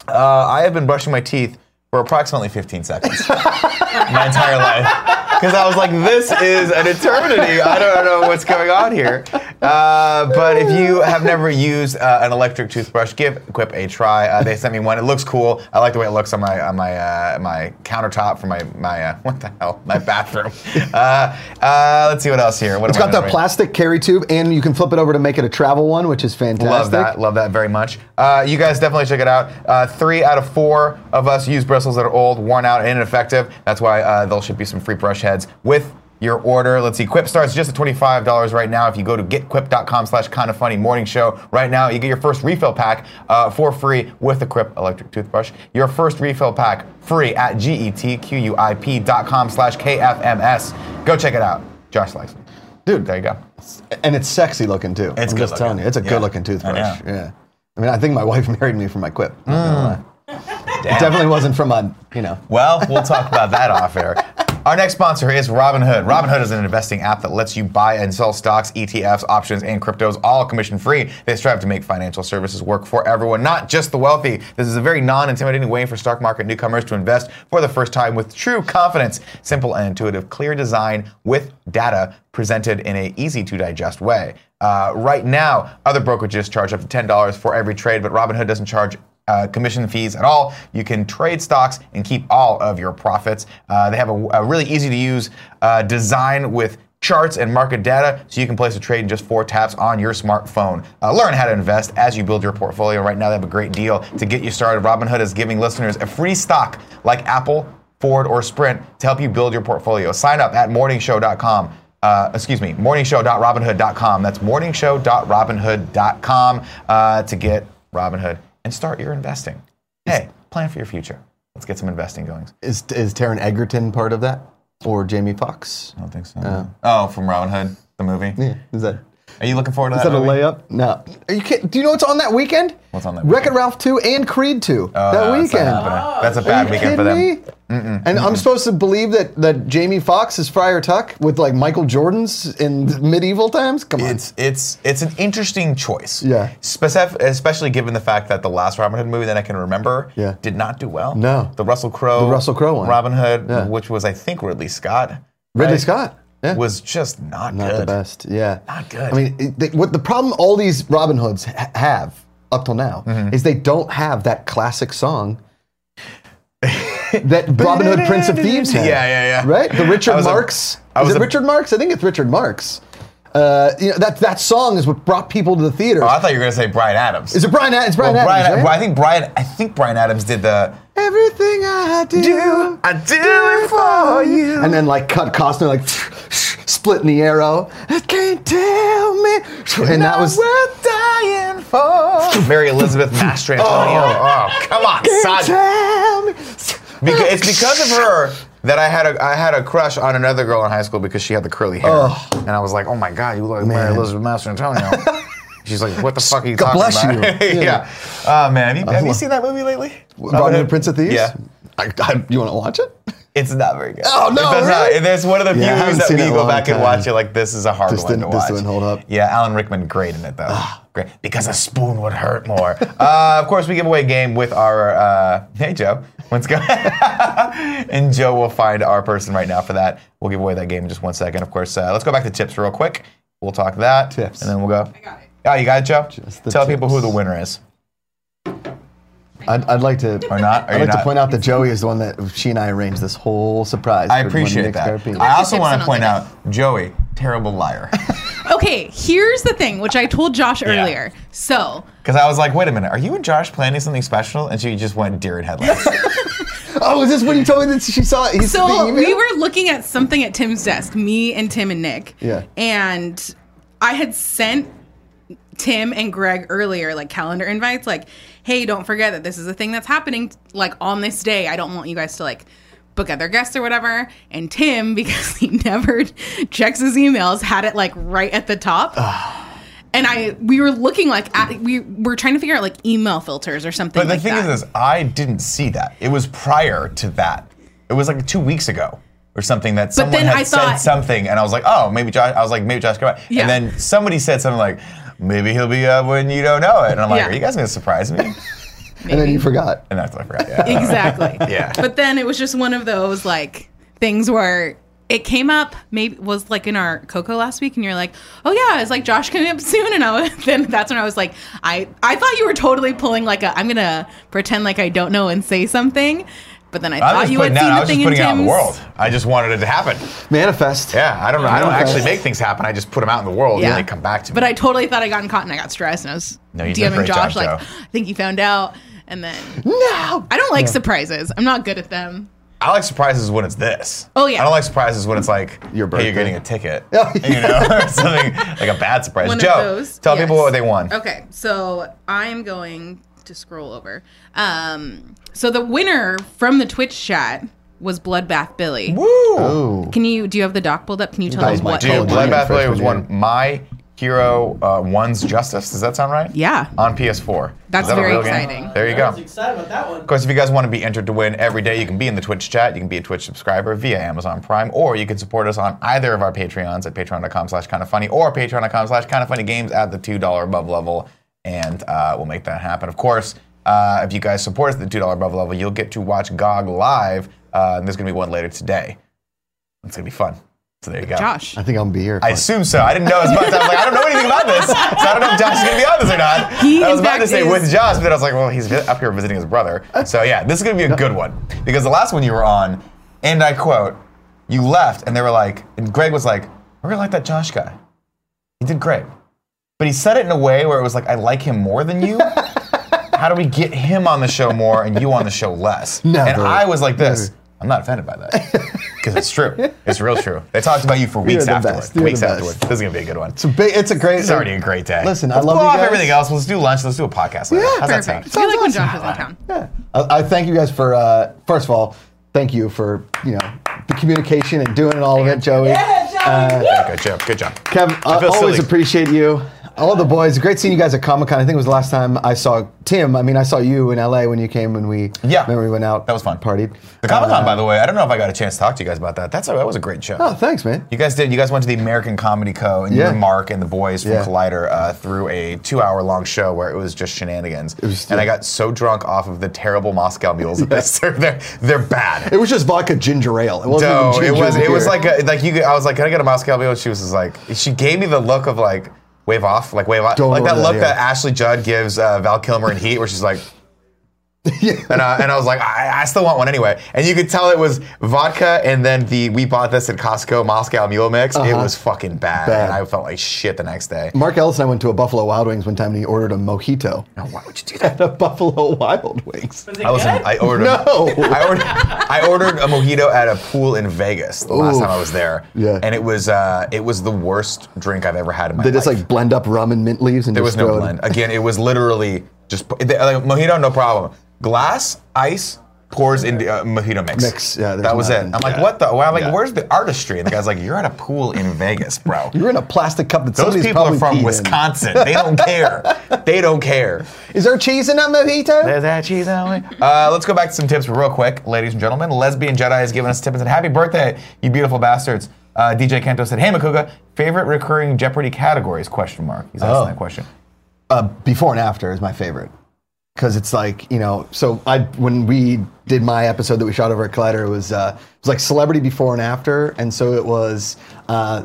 A: uh, I have been brushing my teeth for approximately fifteen seconds my entire life because I was like, this is an eternity. I don't know what's going on here. Uh, but if you have never used uh, an electric toothbrush, give Quip a try. Uh, they sent me one. It looks cool. I like the way it looks on my on my uh, my countertop for my my uh, what the hell my bathroom. Uh, uh, let's see what else here. What
E: It's
A: am I
E: got that
A: doing?
E: plastic carry tube, and you can flip it over to make it a travel one, which is fantastic.
A: Love that. Love that very much. Uh, you guys definitely check it out. Uh, three out of four of us use bristles that are old, worn out, and ineffective. That's why uh, they'll ship you some free brush heads with your order. Let's see. Quip starts just at $25 right now. If you go to getquip.com slash kind of funny morning show right now, you get your first refill pack uh, for free with the Quip electric toothbrush. Your first refill pack free at getquip.com slash KFMS. Go check it out. Josh likes it. Dude, there you go.
E: And it's sexy looking too.
A: It's
E: I'm
A: good
E: just telling
A: looking.
E: you, it's a
A: Yeah.
E: good looking
A: I
E: toothbrush.
A: know. Mm.
E: Yeah. I mean, I think my wife married me for my quip. not gonna lie.
A: Damn.
E: It definitely wasn't from a, you know.
A: Well, we'll talk about that off air. Our next sponsor is Robinhood. Robinhood is an investing app that lets you buy and sell stocks, ETFs, options, and cryptos, all commission free. They strive to make financial services work for everyone, not just the wealthy. This is a very non intimidating way for stock market newcomers to invest for the first time with true confidence. Simple and intuitive, clear design with data presented in an easy to digest way. Uh, right now, other brokerages charge up to $10 for every trade, but Robinhood doesn't charge uh, commission fees at all. You can trade stocks and keep all of your profits. Uh, they have a, a really easy to use uh, design with charts and market data so you can place a trade in just four taps on your smartphone. Uh, learn how to invest as you build your portfolio. Right now, they have a great deal to get you started. Robinhood is giving listeners a free stock like Apple. Ford, or Sprint to help you build your portfolio. Sign up at morningshow.com. Uh, excuse me, morningshow.robinhood.com. That's morningshow.robinhood.com uh, to get Robinhood and start your investing. Hey, plan for your future. Let's get some investing goings.
E: Is is Taron Egerton part of that or Jamie Foxx?
A: I don't think so. oh, from Robinhood, the movie.
E: Yeah, is that
A: Are you looking forward to
E: is
A: that?
E: that a
A: movie?
E: layup? No. Are you kidding? Do you know what's on that weekend?
A: What's on that
E: Wreck It
A: weekend?
E: Ralph two and Creed two
A: Oh, no,
E: that
A: that's not
E: weekend.
A: happening. That's a
E: Are
A: bad
E: you
A: weekend for
E: kidding
A: them.
E: me? And I'm supposed to believe that that Jamie Foxx is Friar Tuck with like Michael Jordan's in medieval times? Come on.
A: It's it's it's an interesting choice.
E: Yeah.
A: Specif- especially given the fact that the last Robin Hood movie that I can remember
E: Yeah.
A: did not do well.
E: No.
A: The Russell Crowe.
E: The Russell Crowe one.
A: Robin Hood,
E: Yeah.
A: which was I think Ridley Scott.
E: Ridley
A: right?
E: Scott. Yeah.
A: was just not,
E: Not
A: good.
E: the best. Yeah.
A: Not good.
E: I mean, it- they, what the problem all these Robin Hoods ha- have up till now
A: Mm-hmm.
E: is they don't have that classic song that Robin Hood Prince of Thieves had.
A: Yeah, yeah, yeah.
E: Right? The
A: I
E: Richard
A: was a-
E: Marx.
A: I
E: is
A: was
E: it
A: a-
E: Richard Marx? I think it's Richard Marx. Uh, you know, that, that song is what brought people to the theater.
A: Oh, I thought you were gonna say Brian Adams.
E: is it Brian? Ad- It's Brian
A: Well,
E: Adams.
A: Brian,
E: right?
A: well, I think Brian. I think Brian Adams did the.
E: Everything I do,
A: I do it
E: Oh,
A: for you.
E: And then like cut Costner like splitting the arrow. It can't tell me. And that was
A: worth dying for. Mary Elizabeth Mastrantonio. Oh, come on, Saj.
E: tell me.
A: Beca- it's because of her that I had a I had a crush on another girl in high school because she had the curly hair, and I was like, oh my god, you look like Mary
E: Man.
A: Elizabeth Master Antonio. She's like, what the fuck are you
E: God
A: talking
E: bless
A: about?
E: you.
A: yeah. Oh man, have you, have you
E: love-
A: seen that movie lately?
E: Robin Hood, Prince of Thieves.
A: Yeah.
E: I, I, you want to watch it?
A: It's not very good.
E: Oh, no,
A: That's not-
E: really?
A: There's one of the few
E: Yeah, I haven't
A: movies that
E: seen
A: we
E: it in a
A: go
E: long
A: back and
E: time.
A: watch. You're like, this is a hard
E: This
A: one
E: didn't-
A: to
E: this
A: watch.
E: didn't hold up. Ah.
A: Yeah, Alan Rickman, great in it though. great because a spoon would hurt more. uh, of course, we give away a game with our. Uh, hey Joe, let's go. and Joe will find our person right now for that. We'll give away that game in just one second. Of course, uh, let's go back to tips real quick. We'll talk that.
E: Tips.
A: And then we'll go.
D: I got it.
A: Oh, you got it, Joe.
E: Just the
A: Tell people who
E: tips.
A: the winner is,
E: I'd, I'd like to.
A: or not. Or you're
E: I'd like to
A: not?
E: point out that Joey is the one that she and I arranged this whole surprise.
A: I
E: for when
A: appreciate
E: Nick's
A: that.
E: therapy-
A: I
D: the
A: also
D: tips
A: want
D: and
A: to
D: I'll
A: point
D: do
A: out Joey, terrible liar.
D: Okay, here's the thing, which I told Josh earlier. So
A: Because I was like, wait a minute, are you and Josh planning something special? And she just went deer in headlights.
E: Oh, is this when you told me that she saw it? He's the
D: So
E: email?
D: we were looking at something at Tim's desk, me and Tim and Nick.
E: Yeah.
D: And I had sent Tim and Greg earlier like calendar invites, like, hey, don't forget that this is a thing that's happening like on this day. I don't want you guys to like book other guests or whatever. And Tim, because he never checks his emails, had it like right at the top. And I, we were looking like at, we were trying to figure out like email filters or something.
A: but the
D: like
A: thing
D: that.
A: is, is, I didn't see that. It was prior to that. It was like two weeks ago or something that someone
D: then
A: had
D: I
A: said
D: thought-
A: something, and I was like, oh, maybe Josh. I was like, maybe Josh come out. And
D: Yeah.
A: then somebody said something like, maybe he'll be up when you don't know it. And I'm like,
D: Yeah.
A: are you guys gonna surprise me?
E: and then you forgot.
A: And that's what I forgot. Yeah.
D: exactly.
A: Yeah.
D: But then it was just one of those like things where it came up maybe was like in our cocoa last week and you're like oh yeah it's like josh coming up soon and I was, then that's when i was like i i thought you were totally pulling like a i'm gonna pretend like i don't know and say something but then i
A: I
D: thought
A: was
D: you
A: putting
D: had seen
A: out. I
D: the
A: was
D: thing
A: just
D: in
A: putting it out in the
D: Tim's-
A: world. I just wanted it to happen.
E: Manifest.
A: Yeah, I don't know. I don't
E: Okay.
A: actually make things happen. I just put them out in the world, and they come back to me.
D: but i totally thought i gotten caught and i got stressed and i was
A: No, you did a
D: dming
A: great
D: josh
A: job,
D: like
A: Joe.
D: i think you found out and then
E: No.
D: i don't like surprises i'm not good at them
A: I like surprises when it's this.
D: Oh, yeah.
A: I don't like surprises when it's like
E: Your
A: Hey,
E: birthday.
A: you're getting a ticket.
E: Oh,
A: You know, or something like a bad surprise.
D: One
A: Joe,
D: of those.
A: tell
D: Yes.
A: people what they won.
D: Okay, so I'm going to scroll over. Um, so the winner from the Twitch chat was Bloodbath Billy.
A: Woo!
E: Oh.
D: Can you do you have the doc pulled up? Can you tell
E: That
D: us
E: was my
D: what?
A: Dude,
E: Oh,
A: Bloodbath
E: Blood- Giant
A: Billy was
E: freshman
A: one. My hero uh, one's Justice. Does that sound right?
D: Yeah.
A: On PS4.
D: That's
A: Is that a
D: very
A: real game?
D: exciting.
A: There you
F: I
A: go.
F: was excited about that one.
A: Of course, if you guys want to be entered to win every day, you can be in the Twitch chat. You can be a Twitch subscriber via Amazon Prime, or you can support us on either of our Patreons at patreon.com slash kind of funny or patreon.com slash kind of funny games at the $2 above level. And uh, we'll make that happen. Of course, uh, if you guys support us at the $2 above level, you'll get to watch GOG live. Uh, and there's going to be one later today. It's going to be fun. So there you go.
D: Josh.
E: I think I'm gonna be here.
A: I assume so. I didn't know as much. I was like, I don't know anything about this. So I don't know if Josh is going to be on this or not.
D: He,
A: I was
D: in
A: about to
D: fact,
A: say
D: is.
A: with Josh, but then I was like, well, he's vi- up here visiting his brother. So yeah, this is going to be a good one. Because the last one you were on, and I quote, you left, and they were like, and Greg was like, we're going to like that Josh guy. He did great. But he said it in a way where it was like, I like him more than you. How do we get him on the show more and you on the show less?
E: Never.
A: And I was like this. I'm not offended by that because it's true. It's real true. They talked about you for weeks
E: the
A: afterward.
E: best. You're
A: Weeks
E: the best.
A: afterward. This is gonna be a good one.
E: It's a, big, it's a great.
A: It's already a great day.
E: Listen, I
A: Let's
E: love
A: blow
E: you
A: off
E: guys.
A: everything else. Let's do lunch. Let's do a podcast later. How's that sound?
D: Perfect. I like when Josh is in town.
E: I, I thank you guys for uh, first of all, thank you for you know the communication and doing it all of it, Joey.
A: Yeah, good job. Good job.
E: Kevin, I
A: feel
E: always
A: silly.
E: appreciate you. All the boys, great seeing you guys at Comic Con. I think it was the last time I saw Tim. I mean, I saw you in LA when you came when we
A: Yeah.
E: remember we went out.
A: That was fun.
E: Partied.
A: The Comic Con, by the way, I don't know if I got a chance to talk to you guys about that. That's a, that was a great show.
E: Uh, Oh, thanks, man.
A: You guys did. You guys went to the American Comedy Co. and you
E: Yeah.
A: and Mark and the boys from
E: Yeah.
A: Collider uh, through a two-hour-long show where it was just shenanigans.
E: was-
A: and I got so drunk off of the terrible Moscow mules that they serve. They're they're bad.
E: It was just vodka ginger ale. It wasn't
A: No,
E: even
A: it
E: ginger
A: was it was
E: beer.
A: like a, like you. could- I was like, can I get a Moscow Mule? She was just like, she gave me the look of like wave off, like wave off,
E: Don't
A: like that
E: order that,
A: look
E: yeah.
A: that Ashley Judd gives uh, Val Kilmer in Heat, where she's like. and, uh, and I was like, I, I still want one anyway. And you could tell it was vodka, and then the we bought this at Costco Moscow Mule mix. It was fucking bad,
E: Uh-huh. Bad.
A: and I felt like shit the next day.
E: Mark Ellis and I went to a Buffalo Wild Wings one time and he ordered a mojito
A: Why would you do that?
E: at a Buffalo Wild Wings. Oh,
F: Was it
A: I was.
F: good?
A: I ordered.
E: No.
A: I ordered. I ordered a mojito at a pool in Vegas the last
E: Oof.
A: time I was there.
E: Yeah.
A: And it was. Uh, it was the worst drink I've ever had in my
E: They
A: life.
E: just like blend up rum and mint leaves and
A: there was
E: just
A: no
E: throw it-
A: blend. Again, it was literally just pu- they- like, mojito, no problem. Glass, ice. Pours into uh, mojito mix.
E: Mix, yeah, there's
A: that was
E: nothing.
A: it. I'm like,
E: Yeah.
A: what the? Well, I'm like,
E: Yeah.
A: where's the artistry? And the guy's like, you're at a pool in Vegas, bro.
E: You're in a plastic cup that
A: Those
E: somebody's
A: people are from
E: probably peed in.
A: Wisconsin. They don't care. They don't care.
E: Is there cheese in that mojito?
A: There's that cheese only. Uh, let's go back to some tips real quick, ladies and gentlemen. Lesbian Jedi has given us tips and said, "Happy birthday, you beautiful bastards." Uh, DJ Kento said, "Hey, Makuga, favorite recurring Jeopardy categories?" Question mark. He's asking
E: Oh.
A: that question.
E: uh, before and after is my favorite because it's like you know so i when we did my episode that we shot over at collider it was uh it was like celebrity before and after and so it was uh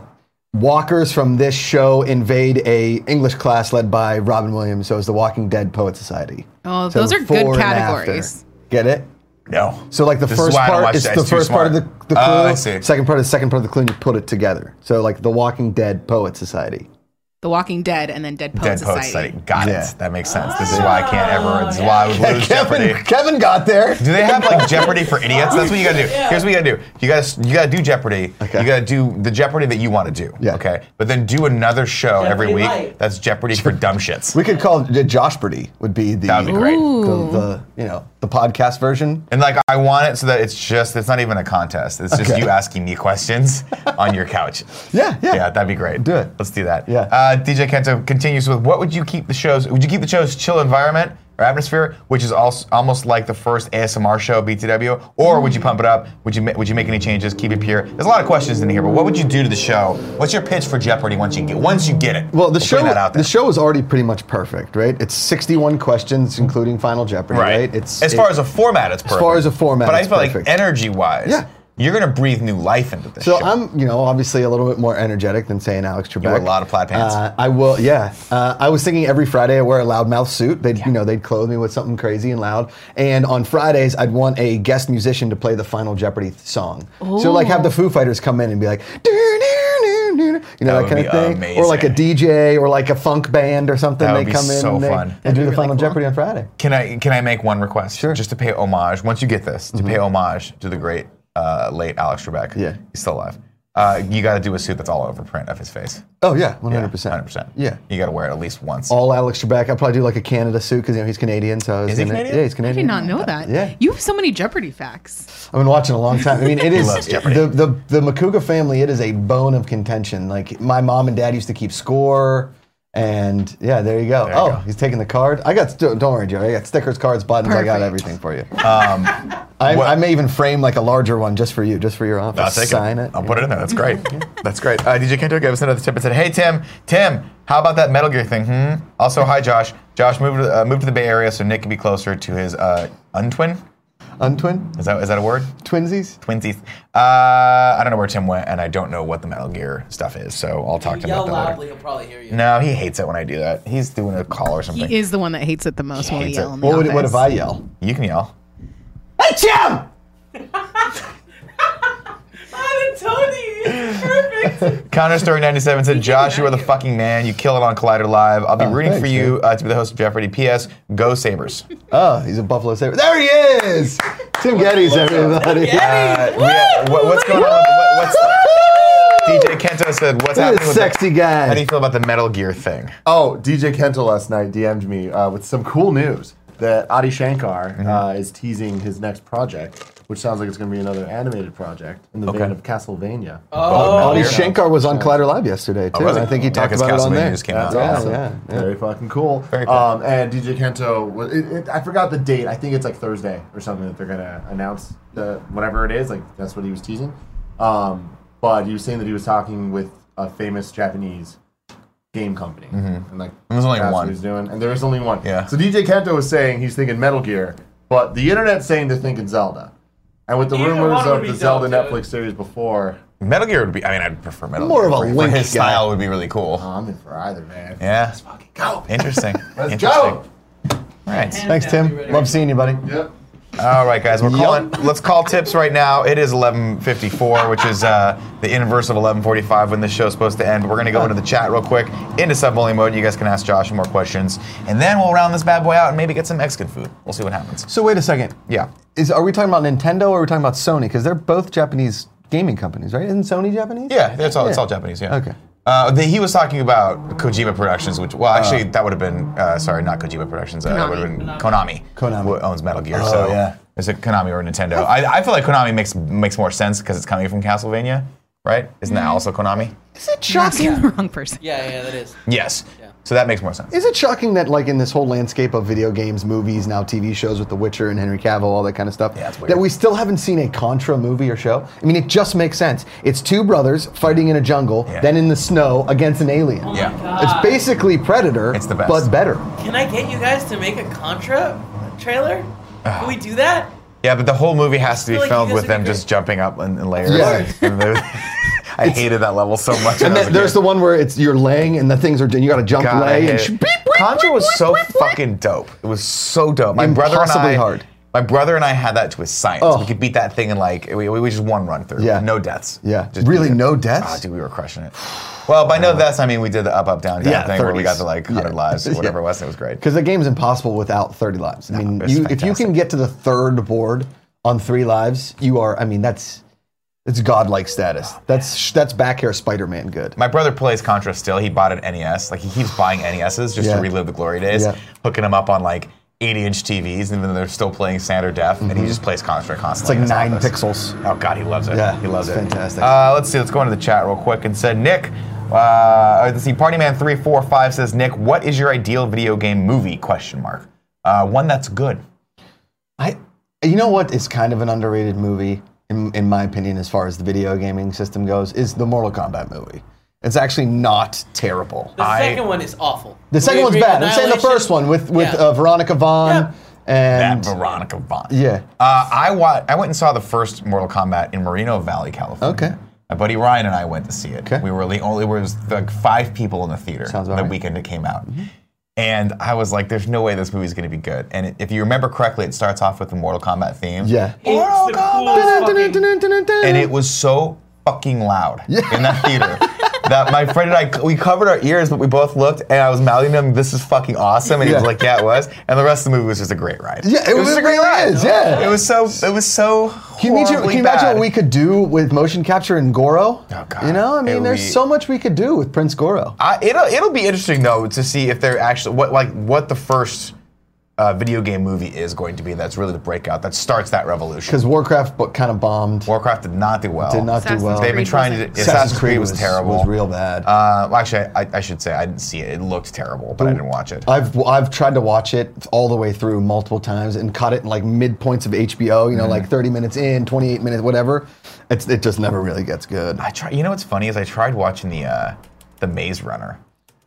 E: walkers from this show invade a english class led by robin williams so it was the walking dead poet society
D: Oh,
E: So
D: those are good
E: before and after.
D: categories.
E: get it
A: No.
E: so like the
A: This is
E: first
A: why I don't
E: part
A: watch
E: is
A: that.
E: the
A: It's too
E: first part of the,
A: smart.
E: the clue
A: Oh, I see.
E: second part is the second part of the clue and you put it together so like the walking dead poet society
D: The Walking Dead and then Dead Poet
A: Dead Poet
D: Society.
A: Society. Got
E: Yeah.
A: it. That makes sense. This is why I can't ever. This is why I would lose Jeopardy.
E: kevin, kevin got there
A: Do they have like Jeopardy for idiots? That's what you gotta do.
F: Yeah.
A: Here's what you gotta do. You gotta you gotta do Jeopardy.
E: Okay.
A: You gotta do the Jeopardy that you want to do.
E: Yeah.
A: Okay. But then do another show every
F: Jeopardy
A: week.
F: Lite.
A: That's Jeopardy for dumb shits.
E: We could call it Josh Brady would be the
A: That would be great.
E: The, the, you know the podcast version.
A: And like I want it so that it's just it's not even a contest. It's just
E: Okay.
A: you asking me questions on your couch.
E: Yeah, yeah.
A: Yeah, that'd be great.
E: Do it.
A: Let's do that.
E: Yeah.
A: Uh, DJ Kento continues with what would you keep the shows? Would you keep the show's chill environment or atmosphere, which is also almost like the first ASMR show BTW, or would you pump it up? Would you ma- would you make any changes? Keep it pure. There's a lot of questions in here, but what would you do to the show? What's your pitch for Jeopardy once you get once you get it?
E: Well,
A: We'll
E: the show
A: putting that out there.
E: the show is already pretty much perfect, right? It's 61 questions, including Final Jeopardy, right? It's
A: as far as a format, it's perfect.
E: far as a format,
A: but I
E: it's
A: feel like
E: perfect.
A: energy wise,
E: Yeah.
A: you're gonna breathe new life into this.
E: So
A: show.
E: I'm, you know, obviously a little bit more energetic than saying Alex Trebek.
A: wear a lot of plaid pants.
E: Uh, I will, yeah. Uh, I was thinking every Friday I wear a loudmouth suit. They'd, you know, they'd clothe me with something crazy and loud. And on Fridays, I'd want a guest musician to play the final Jeopardy th- song. So like have the Foo Fighters come in and be like, "Doo, doo, doo, doo," you know
A: That
E: that,
A: would
E: kind
A: be
E: of thing, or like a
A: amazing.
E: DJ or like a funk band or something.
A: That would
E: they
A: be
E: come in
A: so
E: and they,
A: fun.
E: they
D: That'd
E: do
D: be
E: the
D: really
E: final
D: cool.
E: Jeopardy on Friday.
A: Can I can I make one request? Sure. Just to pay homage once you get this to pay homage to the great uh, late Alex Trebek.
E: Mm-hmm. Yeah.
A: he's still alive. Uh, you got to do a suit that's all over print of his face.
E: Oh yeah, 100 percent.
A: 100. percent
E: Yeah.
A: you got to wear it at least once.
E: All Alex Trebek. I'd probably do like a Canada suit because you know he's Canadian. So I was
A: Is he
E: gonna-
A: Canadian?
E: Yeah, he's
D: I
E: Canadian.
D: did not know that.
E: Yeah.
D: You have so many Jeopardy facts.
E: I've been watching a long time. I mean, it is
A: loves Jeopardy.
E: the, the the Makuga family. It is a bone of contention. Like my mom and dad used to keep score, and yeah, there you go.
A: you
E: oh,
A: go.
E: he's taking the card. I got don't don't worry, Joey. I got stickers, cards, buttons. I got
D: Perfect.
E: everything for you.
A: Um,
E: I, I may even frame like a larger one just for you, just for your office.
A: I'll take
E: Sign it.
A: I'll put it Um, in there. That's great. That's great. Uh, DJ Kento gave us another tip and said, "Hey Tim, Tim, how about that Metal Gear thing? Hmm. Also, hi Josh. Josh moved to, uh, moved to the Bay Area so Nick can be closer to his uh, untwin.
E: Untwin
A: Is that is that a word?
E: twinsies.
A: Twinsies. Uh, I don't know where Tim went, and I don't know what the Metal Gear stuff is, so I'll talk to him
F: Yell
A: about that later.
F: loudly, he'll probably hear you.
A: No, he hates it when I do that. He's doing a call or something.
D: He is the one that hates it the most when we
A: Hates it.
D: yell in the
E: What would what
D: office.
E: if I yell?
A: you can yell.
E: Hey Jim!
F: I didn't tell you.
A: Counter Story 97 said, Josh, you are the
D: value.
A: fucking man. You kill it on Collider Live. I'll be
E: Oh,
A: rooting for
E: thanks,
A: you
E: dude.
A: uh, to be the host of Jeopardy. P.S. Go Sabres.
E: Oh, he's a Buffalo Sabre. There he is! Tim Geddes, everybody.
A: Uh, we- uh, what- what's going on? With, what, what's DJ Kento said, what's
E: Look at
A: happening
E: this
A: with
E: sexy guy.
A: The, how do you feel about the Metal Gear thing?
B: Oh, DJ Kento last night DM'd me uh, with some cool news that Adi Shankar uh, is teasing his next project, which sounds like it's going to be another animated project in the
A: Okay.
B: vein of Castlevania.
A: Oh,
E: Adi
A: yeah.
E: Shankar was on Collider Live yesterday, too.
A: Oh, was
E: and
A: he?
E: I think
A: Yeah,
E: he talked
A: 'cause
E: about it on
A: Castlevania
E: there.
A: just came out.
B: That's
E: Yeah,
B: awesome.
E: yeah, yeah.
B: Very fucking cool.
A: Very cool.
B: Um, and DJ Kento, wa- it, it, I forgot the date. I think it's like Thursday or something that they're going to announce the, whatever it is. Like, that's what he was teasing. Um, but he was saying that he was talking with a famous Japanese game company. And like,
A: Mm-hmm. There's only
B: that's what
A: one.
B: he was doing. And there is only one.
A: Yeah.
B: So DJ Kento is saying he's thinking Metal Gear, but the internet's saying they're thinking Zelda. And with the
C: Either
B: rumors
C: one would
B: of
C: be
B: the Zelda
C: Zelda.
B: Netflix series before,
A: Metal Gear would be, I mean, I'd prefer Metal
E: More
A: Gear.
E: of a
A: for- for
E: Link
A: his
E: guy.
A: style would be really cool.
B: I'm in for either, man.
A: Yeah.
B: Fucking go.
A: Interesting.
B: Let's
A: Interesting.
B: go.
A: All right.
E: Thanks, Tim. Love seeing you, buddy.
B: Yep.
A: All right, guys. We're calling. Let's call tips right now. It is 11:54, which is uh, the inverse of 11:45 when this show's supposed to end. But we're gonna go into the chat real quick, into sub bowling mode. You guys can ask Josh more questions, and then we'll round this bad boy out and maybe get some Mexican food. We'll see what happens.
E: So, wait a second.
A: Yeah.
E: Is Are we talking about Nintendo or are we talking about Sony? Because they're both Japanese gaming companies, right? Isn't Sony Japanese?
A: Yeah, it's all, it's all Japanese, yeah.
E: Okay.
A: Uh, the, he was talking about Kojima Productions, which, well, actually, that would have been, uh, sorry, not Kojima Productions, uh, that
D: Konami.
A: would have been Konami.
E: Konami.
A: Who owns Metal Gear,
E: Oh,
A: so.
E: yeah.
A: Is it Konami or Nintendo? I, I feel like Konami makes makes more sense because it's coming from Castlevania, right? Isn't
C: Mm-hmm.
A: that also Konami?
E: Is it
D: You're asking
E: shocking?
D: the wrong person.
C: Yeah, yeah, that is.
A: Yes. So that makes more sense.
E: Is it shocking that, like, in this whole landscape of video games, movies, now TV shows with The Witcher and Henry Cavill, all that kind of stuff,
A: Yeah, it's weird.
E: that we still haven't seen a Contra movie or show? I mean, it just makes sense. It's two brothers fighting in a jungle,
A: Yeah.
E: then in the snow against an alien.
A: yeah.
E: It's basically Predator,
A: It's the best.
E: but better.
C: Can I get you guys to make a Contra trailer?
E: Ah.
C: Can we do that?
A: Yeah, but the whole movie has to be
C: I feel like
A: filmed
C: you guys
A: with
C: would
A: them
C: be
A: just jumping up in, in layers.
E: Yeah.
A: And they- I hated that level so much. when
E: And
A: I was
E: then
A: a
E: there's
A: kid.
E: the one where it's you're laying and the things are you got to jump
A: God, I
E: lay
A: hate
E: and
A: it.
E: sh- beep, beep,
A: Contra
E: beep,
A: was
E: beep,
A: so
E: beep, beep.
A: fucking dope. It was so dope. My brother and
E: Impossibly
A: I,
E: hard.
A: My brother and I had that to a science.
E: Oh.
A: We could beat that thing in like we, we just one run through.
E: Yeah.
A: no deaths.
E: Yeah.
A: Just
E: Really
A: beat it.
E: no deaths?
A: Ah, dude, we were crushing it. Well, by no deaths I mean we did the up up down down
E: Yeah,
A: thing where we got
E: 30s.
A: to like hundred
E: Yeah.
A: lives or whatever
E: Yeah.
A: it was. It was great.
E: Because the game's impossible without 30 lives. I mean,
A: it's
E: you, if you
A: fantastic.
E: can get to the third board on three lives, you are. I mean, that's it's godlike status. that's sh- that's back hair Spider-Man good.
A: My brother plays Contra still. He bought an NES. Like he keeps buying NESs just
E: Yeah.
A: to relive the glory days,
E: Yeah.
A: hooking them up on like 80-inch TVs, and then they're still playing standard def, and he just plays Contra
E: Mm-hmm. It's
A: constantly. in
E: like
A: his
E: nine
A: office.
E: pixels.
A: Oh God, he loves it.
E: Yeah,
A: he loves
E: it's
A: it.
E: fantastic.
A: Uh, let's see. Let's go into the chat real quick and said Nick. Uh, let's see. Party Man three four five says Nick, what is your ideal video game movie? Question mark. Uh, one that's good.
E: I, you know what is kind of an underrated movie in, in my opinion, as far as the video gaming system goes, is the Mortal Kombat movie. It's actually not terrible.
C: The
A: I-
C: second one is awful.
E: The
C: Do we
E: second one's
C: agree?
E: bad. I'm saying the
C: Annihilation?
E: first one with with
C: Yeah.
E: uh, Veronica
C: Yeah.
E: Vaughn
A: That
E: and
A: Veronica Vaughn.
E: Yeah.
A: Uh, I wa- I went and saw the first Mortal Kombat in Moreno Valley, California.
E: Okay.
A: My buddy Ryan and I went to see it.
E: Okay.
A: We were the only there was like five people in the theater
E: Sounds
A: the
E: about right. Mm-hmm.
A: weekend it came out. And I was like, "There's no way this movie's going to be good." And it, if you remember correctly, it starts off with the Mortal Kombat theme.
E: yeah.
A: Mortal
C: It's the
A: Kombat.
C: coolest fucking-
A: and it was so fucking loud in that theater that my friend and I we covered our ears, but we both looked, and I was mouthing to him, "This is fucking awesome," and he was
E: Yeah.
A: like, "Yeah, it was." And the rest of the movie was just a great ride.
E: Yeah, it
A: was
E: was-
A: just a great
E: it
A: ride.
E: is, yeah.
A: it was so it was so.
E: Can you, imagine, can
A: horribly
E: you imagine
A: bad.
E: what we could do with motion capture in Goro?
A: Oh, God.
E: You know, I
A: It
E: mean,
A: would
E: there's
A: be-
E: so much we could do with Prince Goro.
A: I, it'll it'll be interesting though to see if they're actually what like what the first uh, video game movie is going to be. That's really the breakout that starts that revolution.
E: Because Warcraft kind of bombed,
A: Warcraft did not do well.
E: did not
D: Assassin's
E: do well.
A: They've been
D: Creed
A: trying to.
D: wasn't.
A: Assassin's, Creed was, terrible.
E: Was real bad.
A: Uh, well, actually, I, I should say I didn't see it. It looked terrible, but I didn't watch it.
E: I've I've tried to watch it all the way through multiple times and caught it in like mid points of HBO.
A: Mm-hmm.
E: You know, like 30 minutes in, 28 minutes, whatever. It's, it just never really gets good.
A: I try. You know what's funny is I tried watching the uh, the Maze Runner,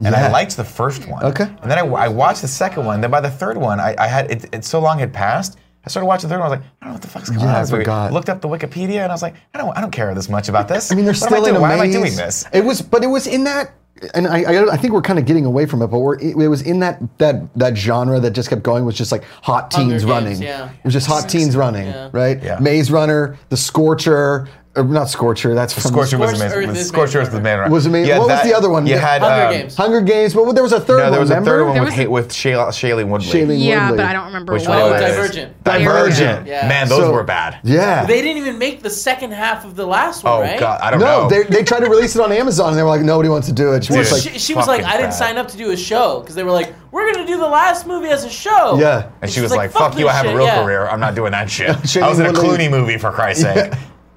A: and I
E: Yeah.
A: liked the first one.
E: Okay.
A: And then I, I watched the second one. Then by the third one, I, I had it, it so long had passed. I started watching the third one. I was like, I don't know what the fuck's going
E: Yeah,
A: on.
E: I
A: in this movie.
E: forgot.
A: Looked up the Wikipedia, and I was like, I don't I don't care this much about this.
E: I mean, they're
A: What am
E: still
A: doing?
E: in a
A: Why am I
E: maze.
A: doing this?
E: It was, but it was in that, and I, I, I think we're kind of getting away from it. But we're, it, was in that that that genre that just kept going was just like hot
C: Hunger Games,
E: teens running.
C: yeah.
E: It was just hot teens running,
C: Yeah.
E: right?
A: Yeah.
E: Maze Runner, The Scorcher. or not Scorcher. That's from
A: Scorcher was
C: Scorched
A: amazing.
C: Earth is
A: Scorcher
C: made
A: was the man runner.
E: Was amazing. What was the other one?
A: You
E: Yeah.
A: had
C: Hunger
A: um,
C: Games.
E: Hunger Games, but there was a third
A: No,
E: one.
A: there was a
E: remember?
A: third one
D: There
A: with
D: was-
A: Ha- with Shayla Shailene Woodley.
E: Shailene
D: Yeah,
E: Woodley.
D: but I don't remember
A: Which
D: what
A: one
C: Oh,
A: it
D: it
A: is.
D: was.
C: Divergent.
A: Divergent.
C: Yeah.
A: Man, those
E: So-
A: were bad.
E: Yeah.
C: They didn't even make the second half of the last one,
A: Oh
C: right?
A: god, I don't
E: no,
A: know.
E: they, they tried to release it on Amazon and they were like, nobody wants to do it. She was
A: Dude.
E: like,
C: she, she was like,
A: fucking
C: I didn't
A: bad.
C: sign up to do a show because they were like, we're gonna do the last movie as a show.
E: Yeah.
A: and she
C: she's
A: was like, "Fuck you! I
C: this
A: have a
C: shit,
A: real
C: yeah.
A: career. I'm not doing that shit. I
E: Shailene
A: was in a
E: Woodley-
A: Clooney movie for Christ's sake."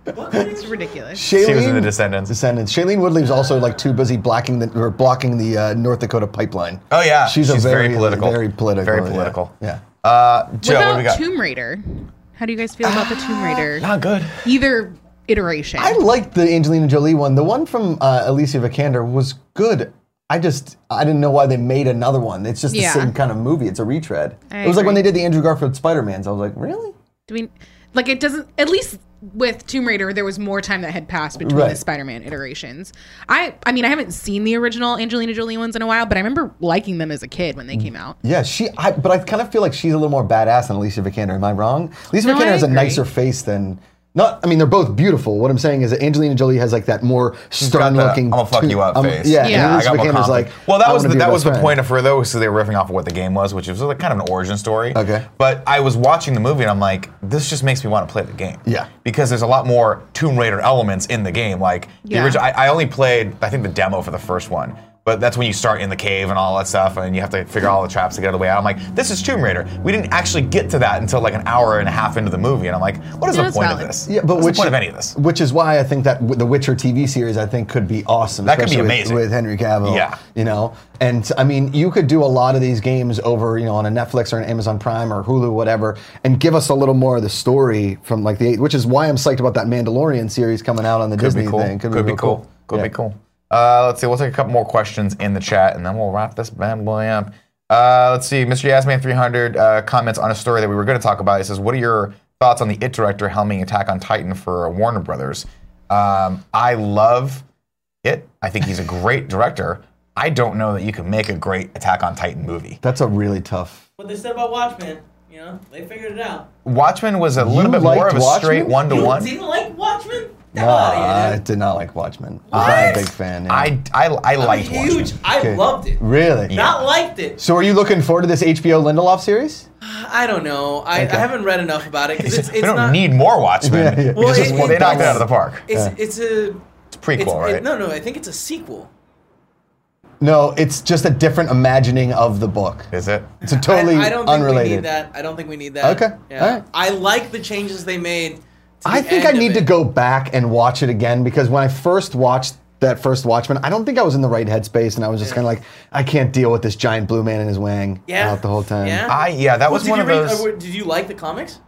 D: It's ridiculous.
E: Shailene,
A: She was in The Descendants.
E: Descendants. Shailene Woodley's also like too busy blocking the or blocking the uh, North Dakota pipeline.
A: Oh yeah,
E: she's, a very, political,
A: very
E: very political,
A: very
E: yeah.
A: political.
E: Yeah.
A: Uh,
D: What
A: Joe, what, do we
D: about
A: got? Ah.
D: Tomb Raider? How do you guys feel about the Tomb Raider?
A: not good.
D: Either iteration.
E: I liked the Angelina Jolie one. The one from uh, Alicia Vikander was good. I just I didn't know why they made another one. It's just
D: Yeah.
E: the same kind of movie. It's a retread.
D: I
E: it was like when they
D: agree.
E: did the Andrew Garfield Spider Mans. I was like, really?
D: Do we, like it doesn't at least with Tomb Raider there was more time that had passed between
E: Right.
D: the Spider-Man iterations. I I mean I haven't seen the original Angelina Jolie ones in a while, but I remember liking them as a kid when they
E: Mm.
D: came out.
E: Yeah, she. I, but I kind of feel like she's a little more badass than Alicia Vikander. Am I wrong? Alicia
D: No, I
E: Vikander has a
D: agree.
E: nicer face than. Not, I mean, they're both beautiful. What I'm saying is that Angelina Jolie has like that more
A: got
E: stern
A: the,
E: looking.
A: I'm gonna fuck
E: to-
A: you up
E: um,
A: face.
E: Yeah,
D: Yeah,
E: yeah.
A: I
E: And
A: got
E: Alicia
A: more
E: Vikander's like,
A: confident. well, that
E: "I
A: was
E: wanna
A: the,
E: be your
A: that
E: best
A: was the
E: friend."
A: point of her though, because they were riffing off of what the game was, which was like kind of an origin story.
E: Okay.
A: But I was watching the movie and I'm like, this just makes me want to play the game.
E: Yeah.
A: Because there's a lot more Tomb Raider elements in the game. Like the
D: Yeah.
A: original, I, I only played, I think, the demo for the first one. But that's when you start in the cave and all that stuff, and you have to figure out all the traps to get out of the way out. I'm like, this is Tomb Raider. We didn't actually get to that until like an hour and a half into the movie, and I'm like, what is
D: Yeah,
A: the
D: that's
A: point of
D: valid.
A: this?
E: Yeah, but
A: What's
E: which,
A: the point of any of this?
E: Which is why I think that w- the Witcher TV series I think could be awesome.
A: That could be
E: especially with-
A: amazing.
E: with, Henry Cavill.
A: Yeah.
E: you know, and I mean, you could do a lot of these games over, you know, on a Netflix or an Amazon Prime or Hulu, whatever, and give us a little more of the story from like the, which is why I'm psyched about that Mandalorian series coming out on the
A: Could
E: Disney
A: be cool.
E: thing.
A: Could, be
E: real
A: cool. Could
E: Yeah.
A: be cool. Uh, let's see. We'll take a couple more questions in the chat, and then we'll wrap this bad boy up. Uh, let's see. Mr. Yasman 300 uh, comments on a story that we were going to talk about. He says, "What are your thoughts on the It director helming Attack on Titan for uh, Warner Brothers?" Um, I love It. I think he's a great director. I don't know that you can make a great Attack on Titan movie.
E: That's a really tough.
F: What they said about Watchmen, you know, they figured it out.
A: Watchmen was a little
E: You
A: bit more
E: liked
A: of a straight
E: Watchmen?
A: one to
F: You
A: one.
F: didn't like Watchmen? Get
E: I
F: outta here, dude.
E: did not like Watchmen. I'm not a big fan. yeah.
A: I I I
F: I'm
A: liked Watchmen.
F: huge. I
E: Okay.
F: loved it.
E: really.
F: Not liked it.
E: So, are you looking forward to this HBO Lindelof series?
C: I don't know. I, I haven't read enough about it because it's, it's
A: we don't
C: not.
A: need more Watchmen.
E: Yeah, yeah.
A: It's
C: Well,
A: just
C: it-
A: one- they
C: it-
A: knocked it out of the park.
C: it's it's a
A: prequel,
C: it's,
A: right?
C: It, no, no. I think it's a sequel.
E: No, it's just a different imagining of the book.
A: Is it?
E: It's a totally
C: I, I don't think
E: unrelated.
C: we need that. I don't think we need that.
E: Okay,
C: Yeah.
E: all right.
C: I like the changes they made. to the
E: I think I
C: end of
E: need to
C: it.
E: go back and watch it again because when I first watched that first Watchmen, I don't think I was in the right headspace, and I was just kind of like, I can't deal with this giant blue man and his wang
C: Yeah.
E: out the whole time.
C: Yeah.
A: I yeah, that
C: Well,
A: was
C: did
A: one
C: you
A: of
C: read-
A: those.
C: uh, Did you like the comics?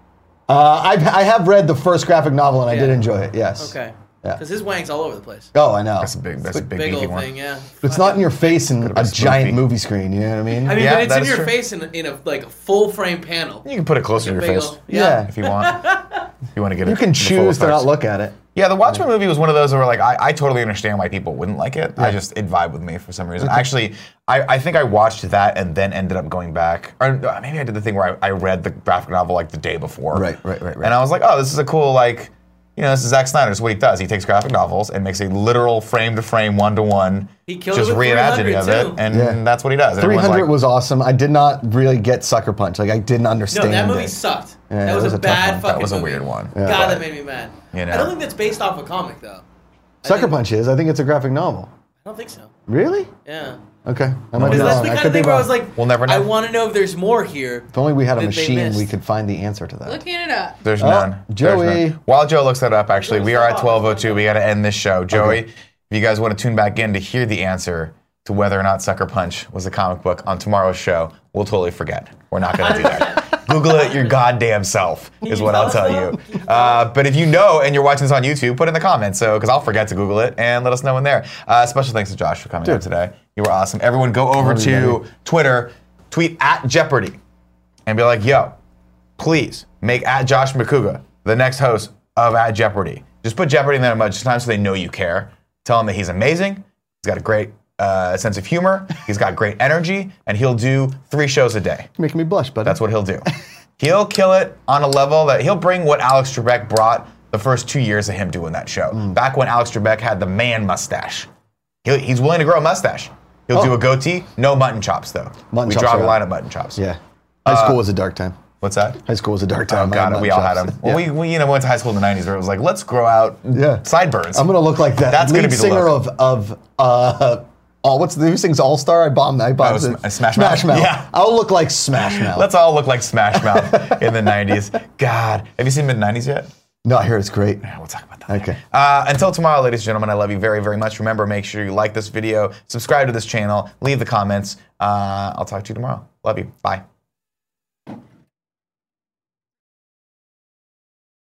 E: Uh, I've, I have read the first graphic novel, and I did
C: Yeah.
E: enjoy it. Yes.
C: Okay.
E: Yeah.
C: Because his wang's all over the place.
E: Oh, I know.
A: That's a big. That's a big,
C: Big
A: beefy
C: old
A: one.
C: thing. Yeah.
E: It's not in your face in a
A: been
E: giant
A: spoofy.
E: movie screen. You know what I mean?
C: I mean,
A: Yeah,
C: but it's
A: that
C: in
A: is
C: your
A: true.
C: face in, in a like a full frame panel.
A: You can put it closer to your
C: Big
A: face
C: ol-
E: yeah.
A: if you want. If you want to get it.
E: You can
A: the full
E: choose to not
A: effects.
E: look at it.
A: Yeah, the Watchmen movie was one of those where like I, I totally understand why people wouldn't like it. I just it vibed with me for some reason. Actually, I, I think I watched that and then ended up going back, or uh, maybe I did the thing where I, I read the graphic novel like the day before.
E: Right, right, right, right.
A: And I was like, oh, this is a cool like, you know, this is Zack Snyder. This is what he does. He takes graphic novels and makes a literal frame to frame, one to one,
C: He killed
A: just
C: it with
A: reimagining of
C: 300
A: it,
C: too.
A: and
E: Yeah.
A: that's what he does. And
E: Three
A: everyone's
E: hundred
A: like,
E: was awesome. I did not really get Sucker Punch. Like I didn't
C: No,
E: understand.
C: that movie
E: it.
C: sucked.
E: Yeah,
C: that was, a,
E: tough
C: bad
E: one.
C: fucking.
A: That was a
C: movie.
A: weird one.
E: Yeah.
C: God,
A: But-
C: that made me mad.
A: You
C: I
A: know.
C: don't think that's based off a comic though. I
E: Sucker
C: think-
E: Punch is. I think it's a graphic novel.
C: I don't think so.
E: Really?
C: Yeah.
E: Okay. I might be
C: Because
E: wrong.
C: that's the
E: I
C: kind
E: could
C: of
E: be
C: thing where I
E: wrong.
C: was like,
A: We'll never know.
C: I want to know if there's more here.
E: If only we had a
C: that they
E: machine, we
C: missed.
E: could find the answer to that.
D: Looking it up.
A: There's
E: Oh,
A: none. There's
E: Joey.
A: none. While Joe looks that up, actually, we are at
F: stop.
A: 12:02. We got to end this show. Joey, if you guys want to tune back in to hear the answer to whether or not Sucker Punch was a comic book on tomorrow's show, we'll totally forget. We're not going to do that. Google it your goddamn self is
F: you
A: what
F: tell
A: I'll
F: us
A: tell
F: that?
A: you. Uh, but if you know and you're watching this on YouTube, put it in the comments. So, because I'll forget to Google it and let us know in there. Uh, special thanks to Josh for coming out today. You were awesome. Everyone, go over to Twitter, tweet at Jeopardy, and be like, "Yo, please make at Josh McCouga the next host of At Jeopardy. Just put Jeopardy in there a bunch of times so they know you care. Tell him that he's amazing. He's got a great uh, sense of humor. He's got great energy, and he'll do three shows a day.
E: Making me blush, buddy.
A: That's what he'll do. He'll kill it on a level that he'll bring what Alex Trebek brought the first two years of him doing that show.
E: Mm.
A: Back when Alex Trebek had the man mustache. He'll, he's willing to grow a mustache. He'll do a goatee. No mutton chops, though.
E: Oh. Mutton
A: we
E: chops
A: draw
E: are
A: the
E: out.
A: line at mutton chops.
E: Yeah. High school was a dark time.
A: What's that?
E: High school was a dark
A: Uh, Oh,
E: time. I
A: God,
E: had
A: we all
E: mutton
A: had
E: chops.
A: them. Well,
E: Yeah.
A: we, we, you know, went to high school in the 90s where it was like, let's grow out
E: Yeah.
A: sideburns.
E: I'm gonna look like that.
A: That's
E: lead
A: gonna be the
E: singer
A: look.
E: of of uh, all what's the who sings All Star? I bombed. I bombed.
A: Sm-
E: it.
A: Smash
E: Smash
A: Mouth.
E: Mouth.
A: Yeah.
E: I'll look like Smash Mouth.
A: Let's all look like Smash Mouth in the 90s. God. Have you seen mid 90s yet?
E: no, I hear it's great.
A: Yeah, We'll talk about that. later.
E: Okay.
A: Uh, until tomorrow, ladies and gentlemen, I love you very, very much. Remember, make sure you like this video, subscribe to this channel, leave the comments. Uh, I'll talk to you tomorrow. Love you. Bye.